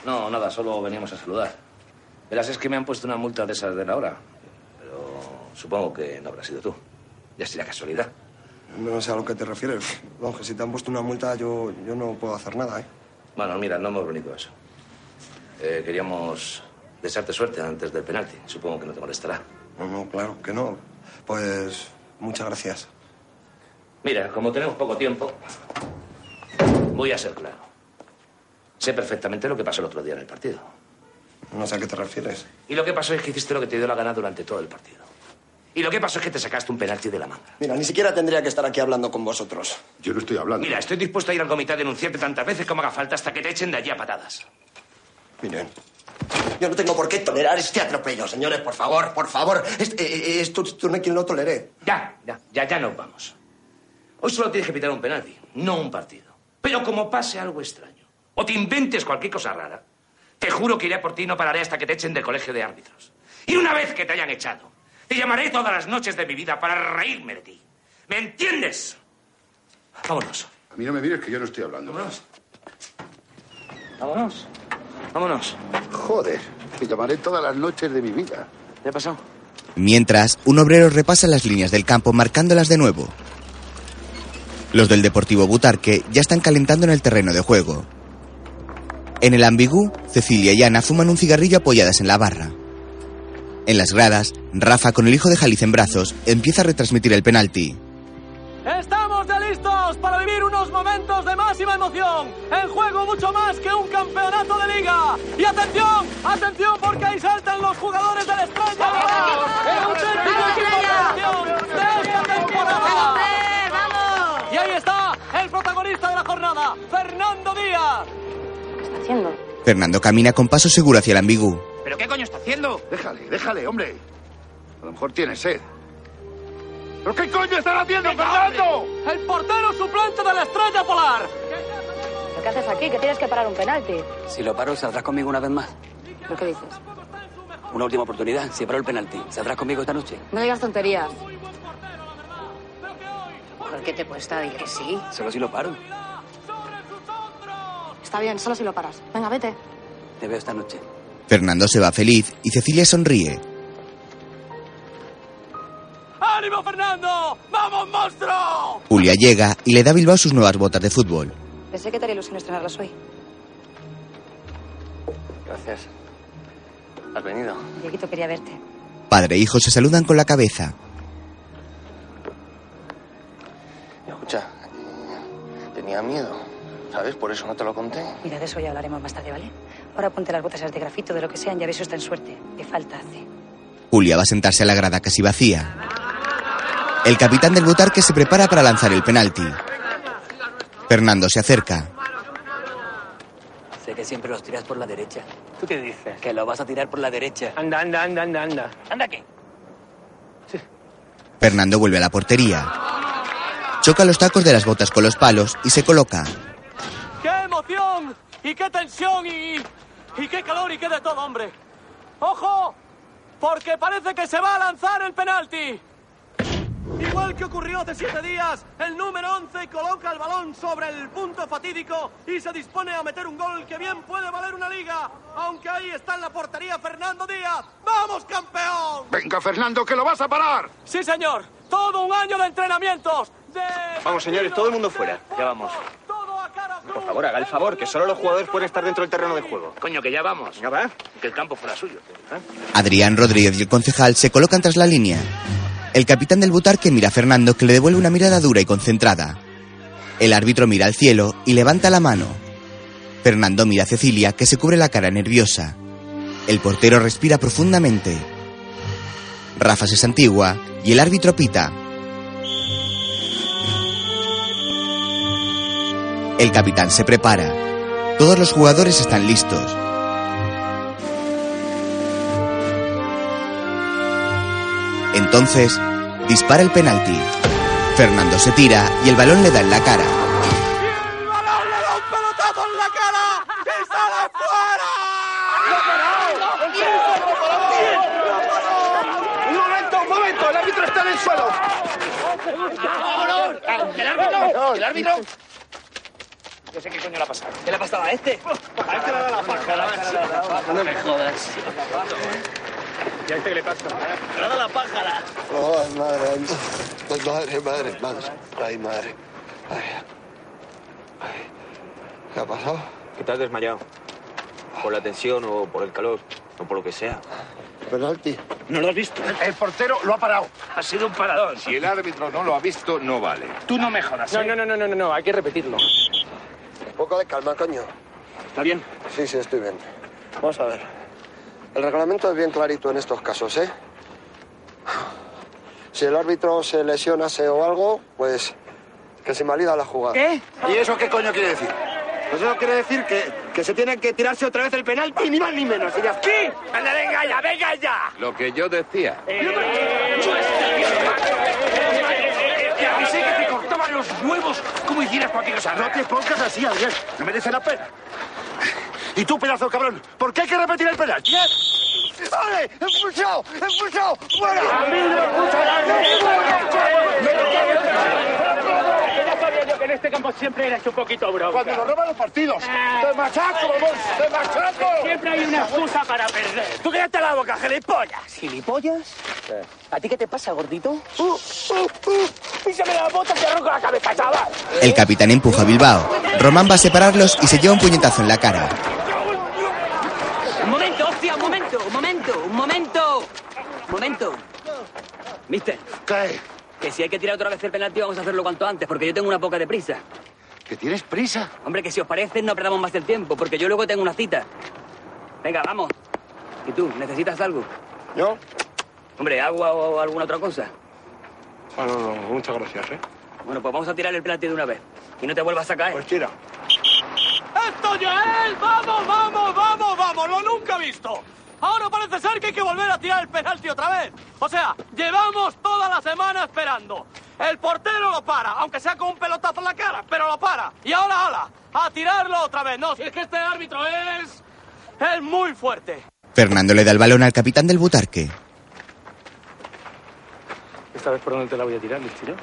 No, nada, solo veníamos a saludar. Verás, es que me han puesto una multa de esas de la hora. Pero supongo que no habrá sido tú. Ya sería casualidad. No sé a lo que te refieres. Vamos, que si te han puesto una multa, yo, yo no puedo hacer nada, ¿eh? Bueno, mira, no hemos venido a eso. Eh, queríamos desearte suerte antes del penalti. Supongo que no te molestará. No, no, claro que no. Pues muchas gracias. Mira, como tenemos poco tiempo, voy a ser claro. Sé perfectamente lo que pasó el otro día en el partido. No sé a qué te refieres. Y lo que pasó es que hiciste lo que te dio la gana durante todo el partido. Y lo que pasó es que te sacaste un penalti de la manga. Mira, ni siquiera tendría que estar aquí hablando con vosotros. Yo no estoy hablando. Mira, estoy dispuesto a ir al comité a denunciarte tantas veces como haga falta hasta que te echen de allí a patadas. Miren. Yo no tengo por qué tolerar este atropello, señores, por favor, por favor. Este- eh, eh, Esto, esto no hay quien lo toleré. Ya, ya, ya, ya nos vamos. Hoy solo tienes que pitar un penalti, no un partido. Pero como pase algo extraño, o te inventes cualquier cosa rara, te juro que iré a por ti y no pararé hasta que te echen del colegio de árbitros. Y una vez que te hayan echado, te llamaré todas las noches de mi vida para reírme de ti. ¿Me entiendes? Vámonos. A mí no me mires que yo no estoy hablando. Vámonos. Vámonos. Vámonos. Joder, te llamaré todas las noches de mi vida. ¿Qué ha pasado? Mientras, un obrero repasa las líneas del campo marcándolas de nuevo. Los del Deportivo Butarque ya están calentando en el terreno de juego. En el ambigú, Cecilia y Ana fuman un cigarrillo apoyadas en la barra. En las gradas, Rafa, con el hijo de Jaliz en brazos, empieza a retransmitir el penalti. Estamos ya listos para vivir unos momentos de máxima emoción. En juego mucho más que un campeonato de liga. Y atención, atención porque ahí saltan los jugadores del Estrella. ¡El auténtico equipo campeón de esta temporada! Y ahí está el protagonista de la jornada, Fernando Díaz. Fernando camina con paso seguro hacia el ambigú. ¿Pero qué coño está haciendo? Déjale, déjale, hombre. A lo mejor tiene sed. ¿Pero qué coño están haciendo, Fernando? El portero suplente de la Estrella Polar. ¿Lo que haces aquí? Que tienes que parar un penalti. Si lo paro, saldrás conmigo una vez más. ¿Lo que dices? Una última oportunidad, si paro el penalti. ¿Saldrás conmigo esta noche? No digas tonterías. ¿Por qué te cuesta decir que sí? Solo si lo paro. Está bien, solo si lo paras. Venga, vete. Te veo esta noche. Fernando se va feliz y Cecilia sonríe. ¡Ánimo, Fernando! ¡Vamos, monstruo! Julia llega y le da a Bilbao sus nuevas botas de fútbol. Pensé que te haría ilusión estrenarlas hoy. Gracias. Has venido. Dieguito quería verte. Padre e hijo se saludan con la cabeza. Escucha, tenía miedo, ¿sabes? Por eso no te lo conté. Mira, de eso ya hablaremos más tarde, ¿vale? Ahora ponte las botas esas de grafito, de lo que sean, ya ves, eso está en suerte. Qué falta hace. Julia va a sentarse a la grada casi vacía. El capitán del Butarque se prepara para lanzar el penalti. Fernando se acerca. Sé que siempre los tiras por la derecha. ¿Tú qué dices? Que lo vas a tirar por la derecha. Anda, anda, anda, anda, anda. ¿Anda qué? Fernando vuelve a la portería. Choca los tacos de las botas con los palos y se coloca. ¡Qué emoción! ¡Y qué tensión! Y, ¡Y qué calor! ¡Y qué de todo, hombre! ¡Ojo! Porque parece que se va a lanzar el penalti. Igual que ocurrió hace siete días, el número 11 coloca el balón sobre el punto fatídico y se dispone a meter un gol que bien puede valer una liga. Aunque ahí está en la portería Fernando Díaz. ¡Vamos, campeón! Venga, Fernando, que lo vas a parar. Sí, señor. Todo un año de entrenamientos. Vamos, señores, todo el mundo fuera. Ya vamos. Por favor, haga el favor, que solo los jugadores pueden estar dentro del terreno de juego. Coño, que ya vamos. Venga, va. Que el campo fuera suyo. Adrián Rodríguez y el concejal se colocan tras la línea. El capitán del Butarque mira a Fernando que le devuelve una mirada dura y concentrada. El árbitro mira al cielo y levanta la mano. Fernando mira a Cecilia que se cubre la cara nerviosa. El portero respira profundamente. Rafa se santigua y el árbitro pita. El capitán se prepara. Todos los jugadores están listos. Entonces, dispara el penalti. Fernando se tira y el balón le da en la cara. ¡Un momento, un momento! ¡El árbitro está en el suelo! ¡Vámonos! ¡El árbitro! ¡El árbitro! Yo sé qué coño le ha pasado. ¿Qué le ¿eh? pasaba a este? A este le da la paja. No me jodas. ¿Y a este qué le pasa? Le da la paja. Ay, madre, ay, madre, madre, madre, ay, madre. Ay. Ay. ¿Qué ha pasado? Que te has desmayado. Por la tensión o por el calor o por lo que sea. Penalti. ¿No lo has visto? El portero lo ha parado. Ha sido un parador. Si el árbitro no lo ha visto, no vale. Tú no me jodas. ¿eh? No, no, no, no, no, no, no, hay que repetirlo. Un poco de calma, coño. ¿Está bien? Sí, sí, estoy bien. Vamos a ver. El reglamento es bien clarito en estos casos, ¿eh? Si el árbitro se lesionase o algo, pues que se invalida la jugada. ¿Eh? ¿Qué? ¿Y eso qué coño quiere decir? Eso quiere decir que, que se tiene que tirarse otra vez el penalti, ni más ni menos. Y ya- ¿Qué? ¡Anda, venga ya, venga ya! Lo que yo decía. Te avisé que te cortaban los huevos como hicieras cualquier cosa. No te pongas así, Adrián. No merece la pena. Y tú, pedazo de cabrón, ¿por qué hay que repetir el penalti? eh? ¡Vale! ¡Expulsado! ¡Expulsado! ¡Fuera! Ya sabía yo que en este campo siempre eras un poquito bronca. Cuando nos roban los partidos. ¡Te machaco, vamos! ¡Te machaco! Siempre hay una excusa para perder. Tú quédate la boca, gilipollas. ¿Gilipollas? ¿A ti qué te pasa, gordito? Uh, Písame la bota y te arranco la cabeza, chaval. El capitán empuja a Bilbao. Román va a separarlos y se lleva un puñetazo en la cara. Un momento, hostia, un momento, un momento, un momento. Un momento. Mister. ¿Qué? Que si hay que tirar otra vez el penalti, vamos a hacerlo cuanto antes, porque yo tengo una poca de prisa. ¿Que tienes prisa? Hombre, que si os parece, no perdamos más el tiempo, porque yo luego tengo una cita. Venga, vamos. ¿Y tú, necesitas algo? ¿Yo? Hombre, agua o alguna otra cosa. Ah, No, no, no, muchas gracias, ¿eh? Bueno, pues vamos a tirar el penalti de una vez. Y no te vuelvas a caer. Pues tira. ¡Esto ya es! ¡Vamos, vamos, vamos, vamos! ¡Lo nunca visto! Ahora parece ser que hay que volver a tirar el penalti otra vez. O sea, llevamos toda la semana esperando. El portero lo para, aunque sea con un pelotazo en la cara, pero lo para. Y ahora, ala, a tirarlo otra vez. No, si es que este árbitro es... es muy fuerte. Fernando le da el balón al capitán del Butarque. Esta vez por dónde te la voy a tirar, Listillo.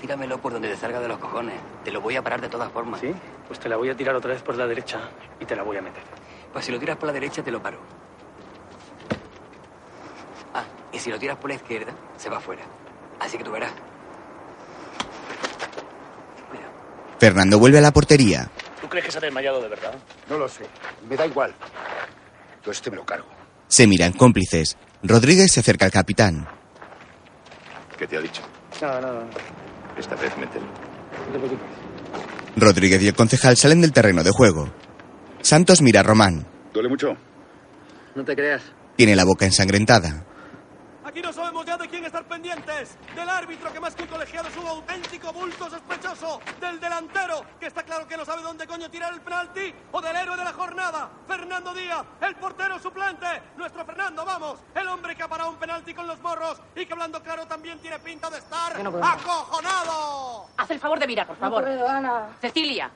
Tíramelo por donde te salga de los cojones. Te lo voy a parar de todas formas. ¿Sí? Pues te la voy a tirar otra vez por la derecha y te la voy a meter. Pues si lo tiras por la derecha, te lo paro. Ah, y si lo tiras por la izquierda, se va fuera. Así que tú verás. Fernando vuelve a la portería. ¿Tú crees que se ha desmayado de verdad? No lo sé. Me da igual. Yo este me lo cargo. Se miran cómplices. Rodríguez se acerca al capitán. ¿Qué te ha dicho? No, no, no. Esta vez mételo. No te preocupes. Rodríguez y el concejal salen del terreno de juego. Santos mira a Román. ¿Duele mucho? No te creas. Tiene la boca ensangrentada. Aquí no sabemos ya de quién estar pendientes. Del árbitro que más que un colegiado es un auténtico bulto sospechoso. Del delantero que está claro que no sabe dónde coño tirar el penalti. O del héroe de la jornada, Fernando Díaz, el portero suplente. Nuestro Fernando, vamos. El hombre que ha parado un penalti con los morros y que hablando claro también tiene pinta de estar Yo no puedo más. acojonado. Haz el favor de mirar, por favor. Cecilia.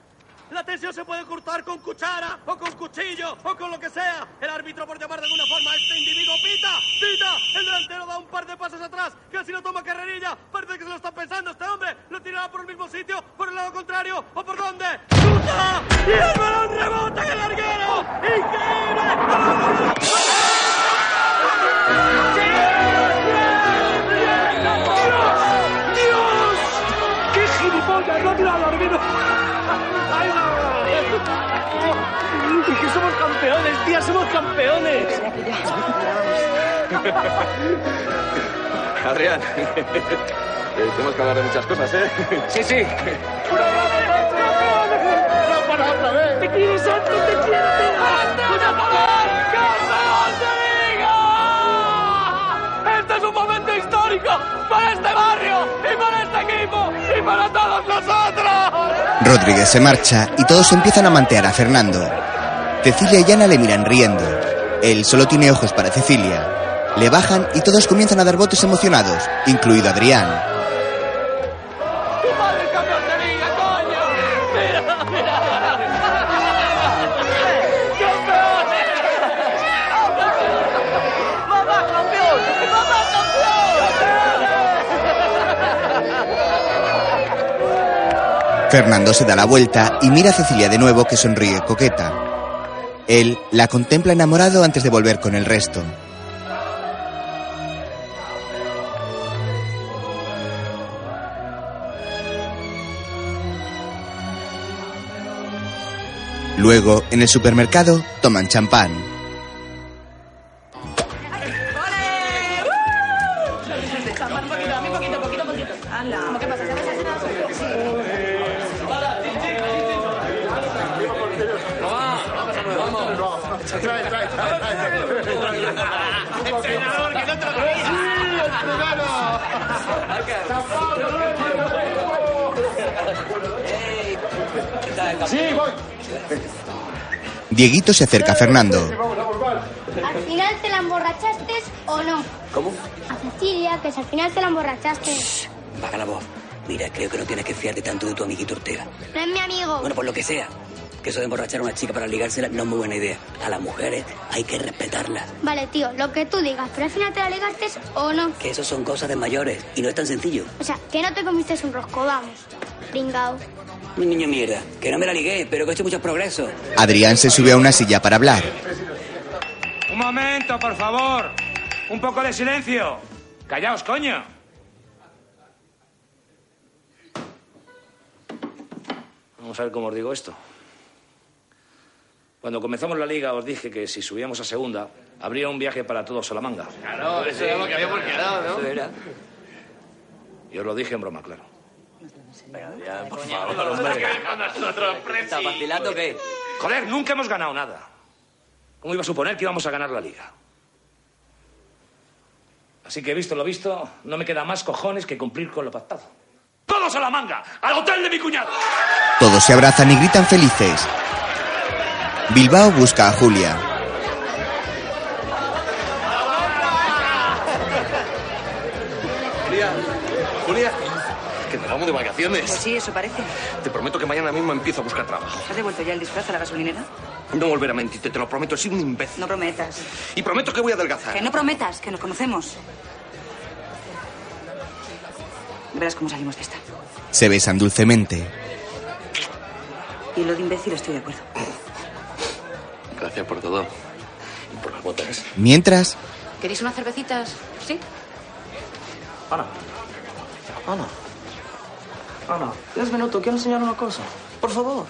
La tensión se puede cortar con cuchara o con cuchillo o con lo que sea. El árbitro, por llamar de alguna forma a este individuo, pita, pita. El delantero da un par de pasos atrás, casi lo toma carrerilla. Parece que se lo está pensando este hombre. Lo tirará por el mismo sitio, por el lado contrario o por dónde. ¡Chuta! ¡Y el balón rebota en el larguero! ¡Increíble! ¡Dios! ¡Qué gilipollas! ¡No ha tirado al árbitro! ¡Ay, no! ¡Es que somos campeones, tía! ¡Somos campeones! Adrián, tenemos que hablar de muchas cosas, ¿eh? Sí, sí. ¡No para otra vez! ¡Te quiero, Santos! ¡Te quiero! ¡Este es un momento histórico para este barrio y para este equipo y para todos nosotros! Rodríguez se marcha y todos empiezan a mantear a Fernando. Cecilia y Ana le miran riendo. Él solo tiene ojos para Cecilia. Le bajan y todos comienzan a dar votos emocionados, incluido Adrián. Fernando se da la vuelta y mira a Cecilia de nuevo que sonríe coqueta. Él la contempla enamorado antes de volver con el resto. Luego, en el supermercado, toman champán. Sí, voy. Dieguito se acerca a Fernando. ¿Al final te la emborrachaste o no? ¿Cómo? A Cecilia, que si al final te la emborrachaste. Baja la voz. Mira, creo que no tienes que fiarte tanto de tu amiguito Ortega. No es mi amigo. Bueno, por lo que sea. Que eso de emborrachar a una chica para ligársela no es muy buena idea. A las mujeres hay que respetarlas. Vale, tío, lo que tú digas, pero al final te la ligaste o no. Que eso son cosas de mayores y no es tan sencillo. O sea, que no te comiste un rosco, vamos. Pringao. Mi niño mierda, que no me la ligué, pero que he hecho muchos progresos. Adrián se sube a una silla para hablar. Un momento, por favor. Un poco de silencio. Callaos, coño. Vamos a ver cómo os digo esto. Cuando comenzamos la liga os dije que si subíamos a segunda habría un viaje para todo Salamanga. Claro, eso era lo que habíamos quedado, ¿no? Y os lo dije en broma, claro. Ya, por favor, hombre. ¿Está vacilando qué? Joder, nunca hemos ganado nada. ¿Cómo iba a suponer que íbamos a ganar la liga? Así que visto lo visto, no me queda más cojones que cumplir con lo pactado. ¡Todos a la manga! ¡Al hotel de mi cuñado! Todos se abrazan y gritan felices. Bilbao busca a Julia. Julia, Julia, que nos vamos de Pues vacaciones. sí, eso parece. Te prometo que mañana mismo empiezo a buscar trabajo. ¿Has devuelto ya el disfraz a la gasolinera? No volveré a mentirte, te lo prometo, soy un imbécil. No prometas. Y prometo que voy a adelgazar. Que no prometas, que nos conocemos. Verás cómo salimos de esta. Se besan dulcemente. Y lo de imbécil estoy de acuerdo. Gracias por todo. Y por las botas. Mientras, ¿Queréis unas cervecitas? ¿Sí? Ana, Ana. Ana, diez minutos, quiero enseñar una cosa. Por favor.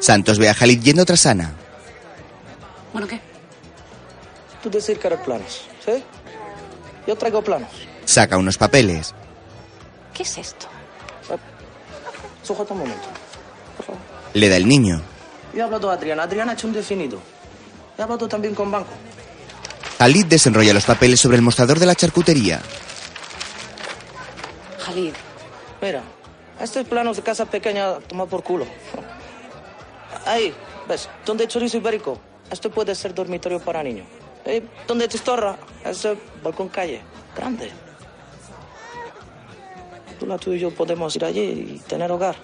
Santos ve a Halid yendo tras Ana. Bueno, ¿qué? Tú decir que eres planos, ¿sí? Yo traigo planos. Saca unos papeles. ¿Qué es esto? Sujeta un momento. Le da el niño. Yo he hablado a Adriana. Adriana ha hecho un definido. He hablado también con Banco. Halid desenrolla los papeles sobre el mostrador de la charcutería. Jalid. Mira, estos planos de casa pequeña, toma por culo. Ahí, ¿ves? Donde hay chorizo ibérico. Esto puede ser dormitorio para niños. Eh, donde testorra, ese balcón calle. Grande. Tú, la, tú y yo podemos ir allí y tener hogar.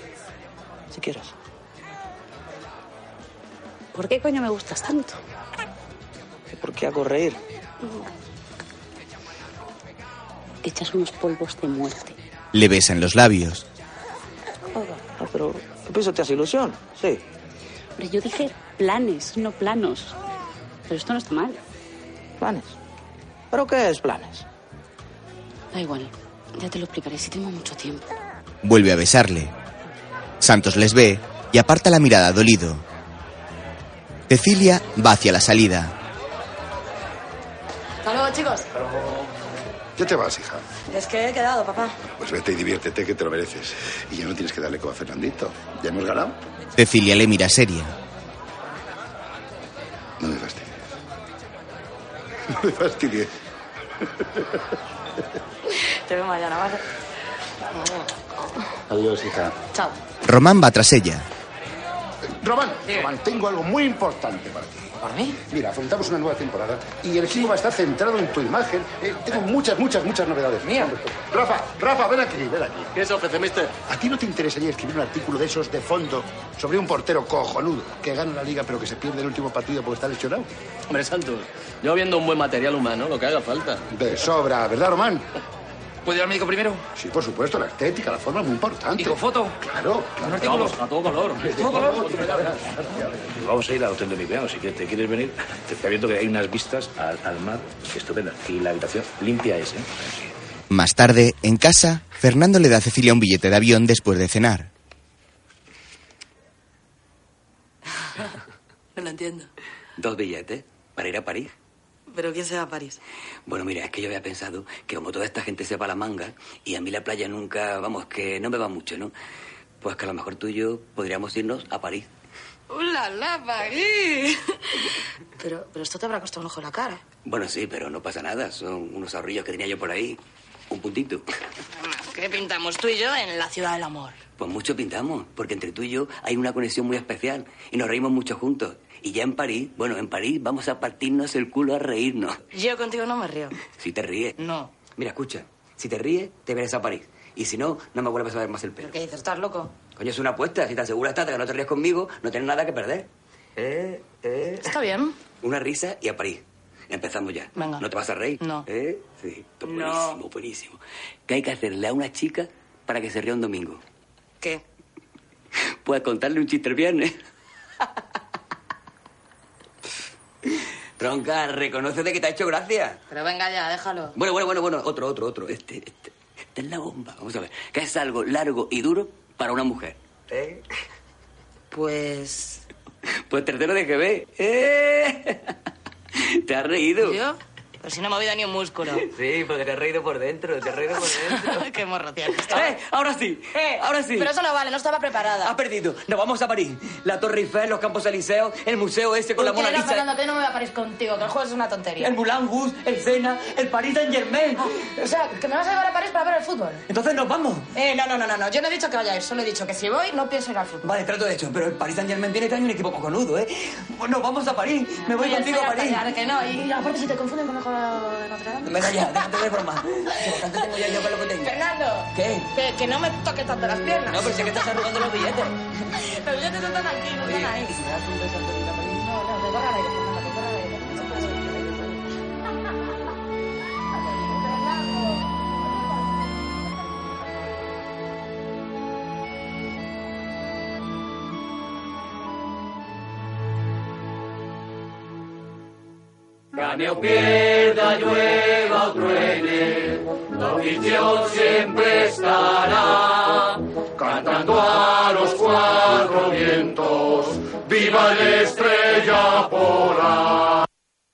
Si quieres. ¿Por qué coño me gustas tanto? ¿Por qué hago reír? Echas unos polvos de muerte. Le besan los labios. Ah, pero pienso te hace ilusión. Sí. Hombre, yo dije planes, no planos. Pero esto no está mal. ¿Planes? ¿Pero qué es planes? Da igual. Ya te lo explicaré si tengo mucho tiempo. Vuelve a besarle. Santos les ve y aparta la mirada dolido. Cecilia va hacia la salida. Hasta luego, chicos. Ya te vas, hija. Es que he quedado, papá. Pues vete y diviértete, que te lo mereces. Y ya no tienes que darle coba a Fernandito. Ya hemos ganado. Cecilia le mira seria. No me fastidies. No me fastidies. Te veo mañana, ¿vale? Adiós, hija. Chao. Román va tras ella. Román, Román, tengo algo muy importante para ti. ¿Por mí? Mira, afrontamos una nueva temporada y el equipo va a estar centrado en tu imagen. Eh, tengo muchas, muchas, muchas novedades. Mía. Rafa, Rafa, ven aquí, ven aquí. ¿Qué se ofrece, mister? ¿A ti no te interesaría escribir un artículo de esos de fondo sobre un portero cojonudo que gana la liga pero que se pierde el último partido por estar lesionado? Hombre, Santos, yo viendo un buen material humano, lo que haga falta. De sobra, ¿verdad, Román? ¿Puedo ir al médico primero? Sí, por supuesto, la estética, la forma es muy importante. ¿Y con foto? Claro, Un claro. artículo. a todo color. A todo color. Vamos a ir al hotel de mi cuñado, si que- te quieres venir. Te, te aviento que hay unas vistas al, al mar estupendas. Y la habitación limpia es, ¿eh? Más tarde, en casa, Fernando le da a Cecilia un billete de avión después de cenar. No lo entiendo. Dos billetes para ir a París. ¿Pero quién se va a París? Bueno, mira, es que yo había pensado que como toda esta gente se va a la manga y a mí la playa nunca, vamos, que no me va mucho, ¿no? Pues que a lo mejor tú y yo podríamos irnos a París. ¡Hola, la París! Pero, pero esto te habrá costado un ojo en la cara. Bueno, sí, pero no pasa nada. Son unos ahorrillos que tenía yo por ahí. Un puntito. ¿Qué pintamos tú y yo en la ciudad del amor? Pues mucho pintamos, porque entre tú y yo hay una conexión muy especial y nos reímos mucho juntos. Y ya en París, bueno, en París vamos a partirnos el culo a reírnos. Yo contigo no me río. Si te ríes. No. Mira, escucha, si te ríes, te verás a París. Y si no, no me vuelves a ver más el pelo. ¿Qué dices? ¿Estás loco? Coño, es una apuesta. Si te aseguras tanto que no te ríes conmigo, no tienes nada que perder. Eh, eh. Está bien. Una risa y a París. Empezamos ya. Venga. ¿No te vas a reír? No. ¿Eh? Sí. Esto es Buenísimo, buenísimo. ¿Qué hay que hacerle a una chica para que se ría un domingo? ¿Qué? Pues contarle un chiste el viernes. Tronca, reconócete que te ha hecho gracia. Pero venga ya, déjalo. Bueno, bueno, bueno, bueno, otro, otro, otro. Este, este, este es la bomba. Vamos a ver. ¿Qué es algo largo y duro para una mujer? ¿Eh? Pues. Pues tercero de GB. ¿Eh? ¿Te has reído? ¿Yo? Pero si no me ha movido ni un músculo. Sí, porque te has reído por dentro, te has reído por dentro. Qué morro ¡Eh! Ahora sí, ahora sí. Pero eso no vale, no estaba preparada. Ah, Has perdido. Nos vamos a París. La Torre Eiffel, los Campos Elíseos, el museo ese con la Mona Quiero, Fernando, Lisa. que yo no me voy a París contigo, que el juego es una tontería. Ah, El Moulin Rouge, el Sena, el Paris Saint Germain. O sea, que me vas a llevar a París para ver el fútbol. Entonces nos vamos. Eh, no, no, no, no, no, yo no he dicho que vaya a ir, solo he dicho que si voy no pienso ir al fútbol. Vale, trato de hecho, pero el Paris Saint Germain tiene también un equipo cojonudo, ¿eh? Bueno, vamos a París. Me voy Oye, contigo a espérate, París. ahora que no, y aparte si te confunden con el juego de Notre Dame. Venga ya, déjate de broma. Si bastante tengo ya yo con lo que tengo. Fernando, ¿Qué? que, que no me toques tanto las piernas. No, pero si es que estás arrugando los billetes. Los billetes están aquí, no están ahí. No, no, me corra la idea, me corra la idea. Gane o pierda, llueva o truene, la afición siempre estará. cantando a los cuatro vientos, viva la estrella polar.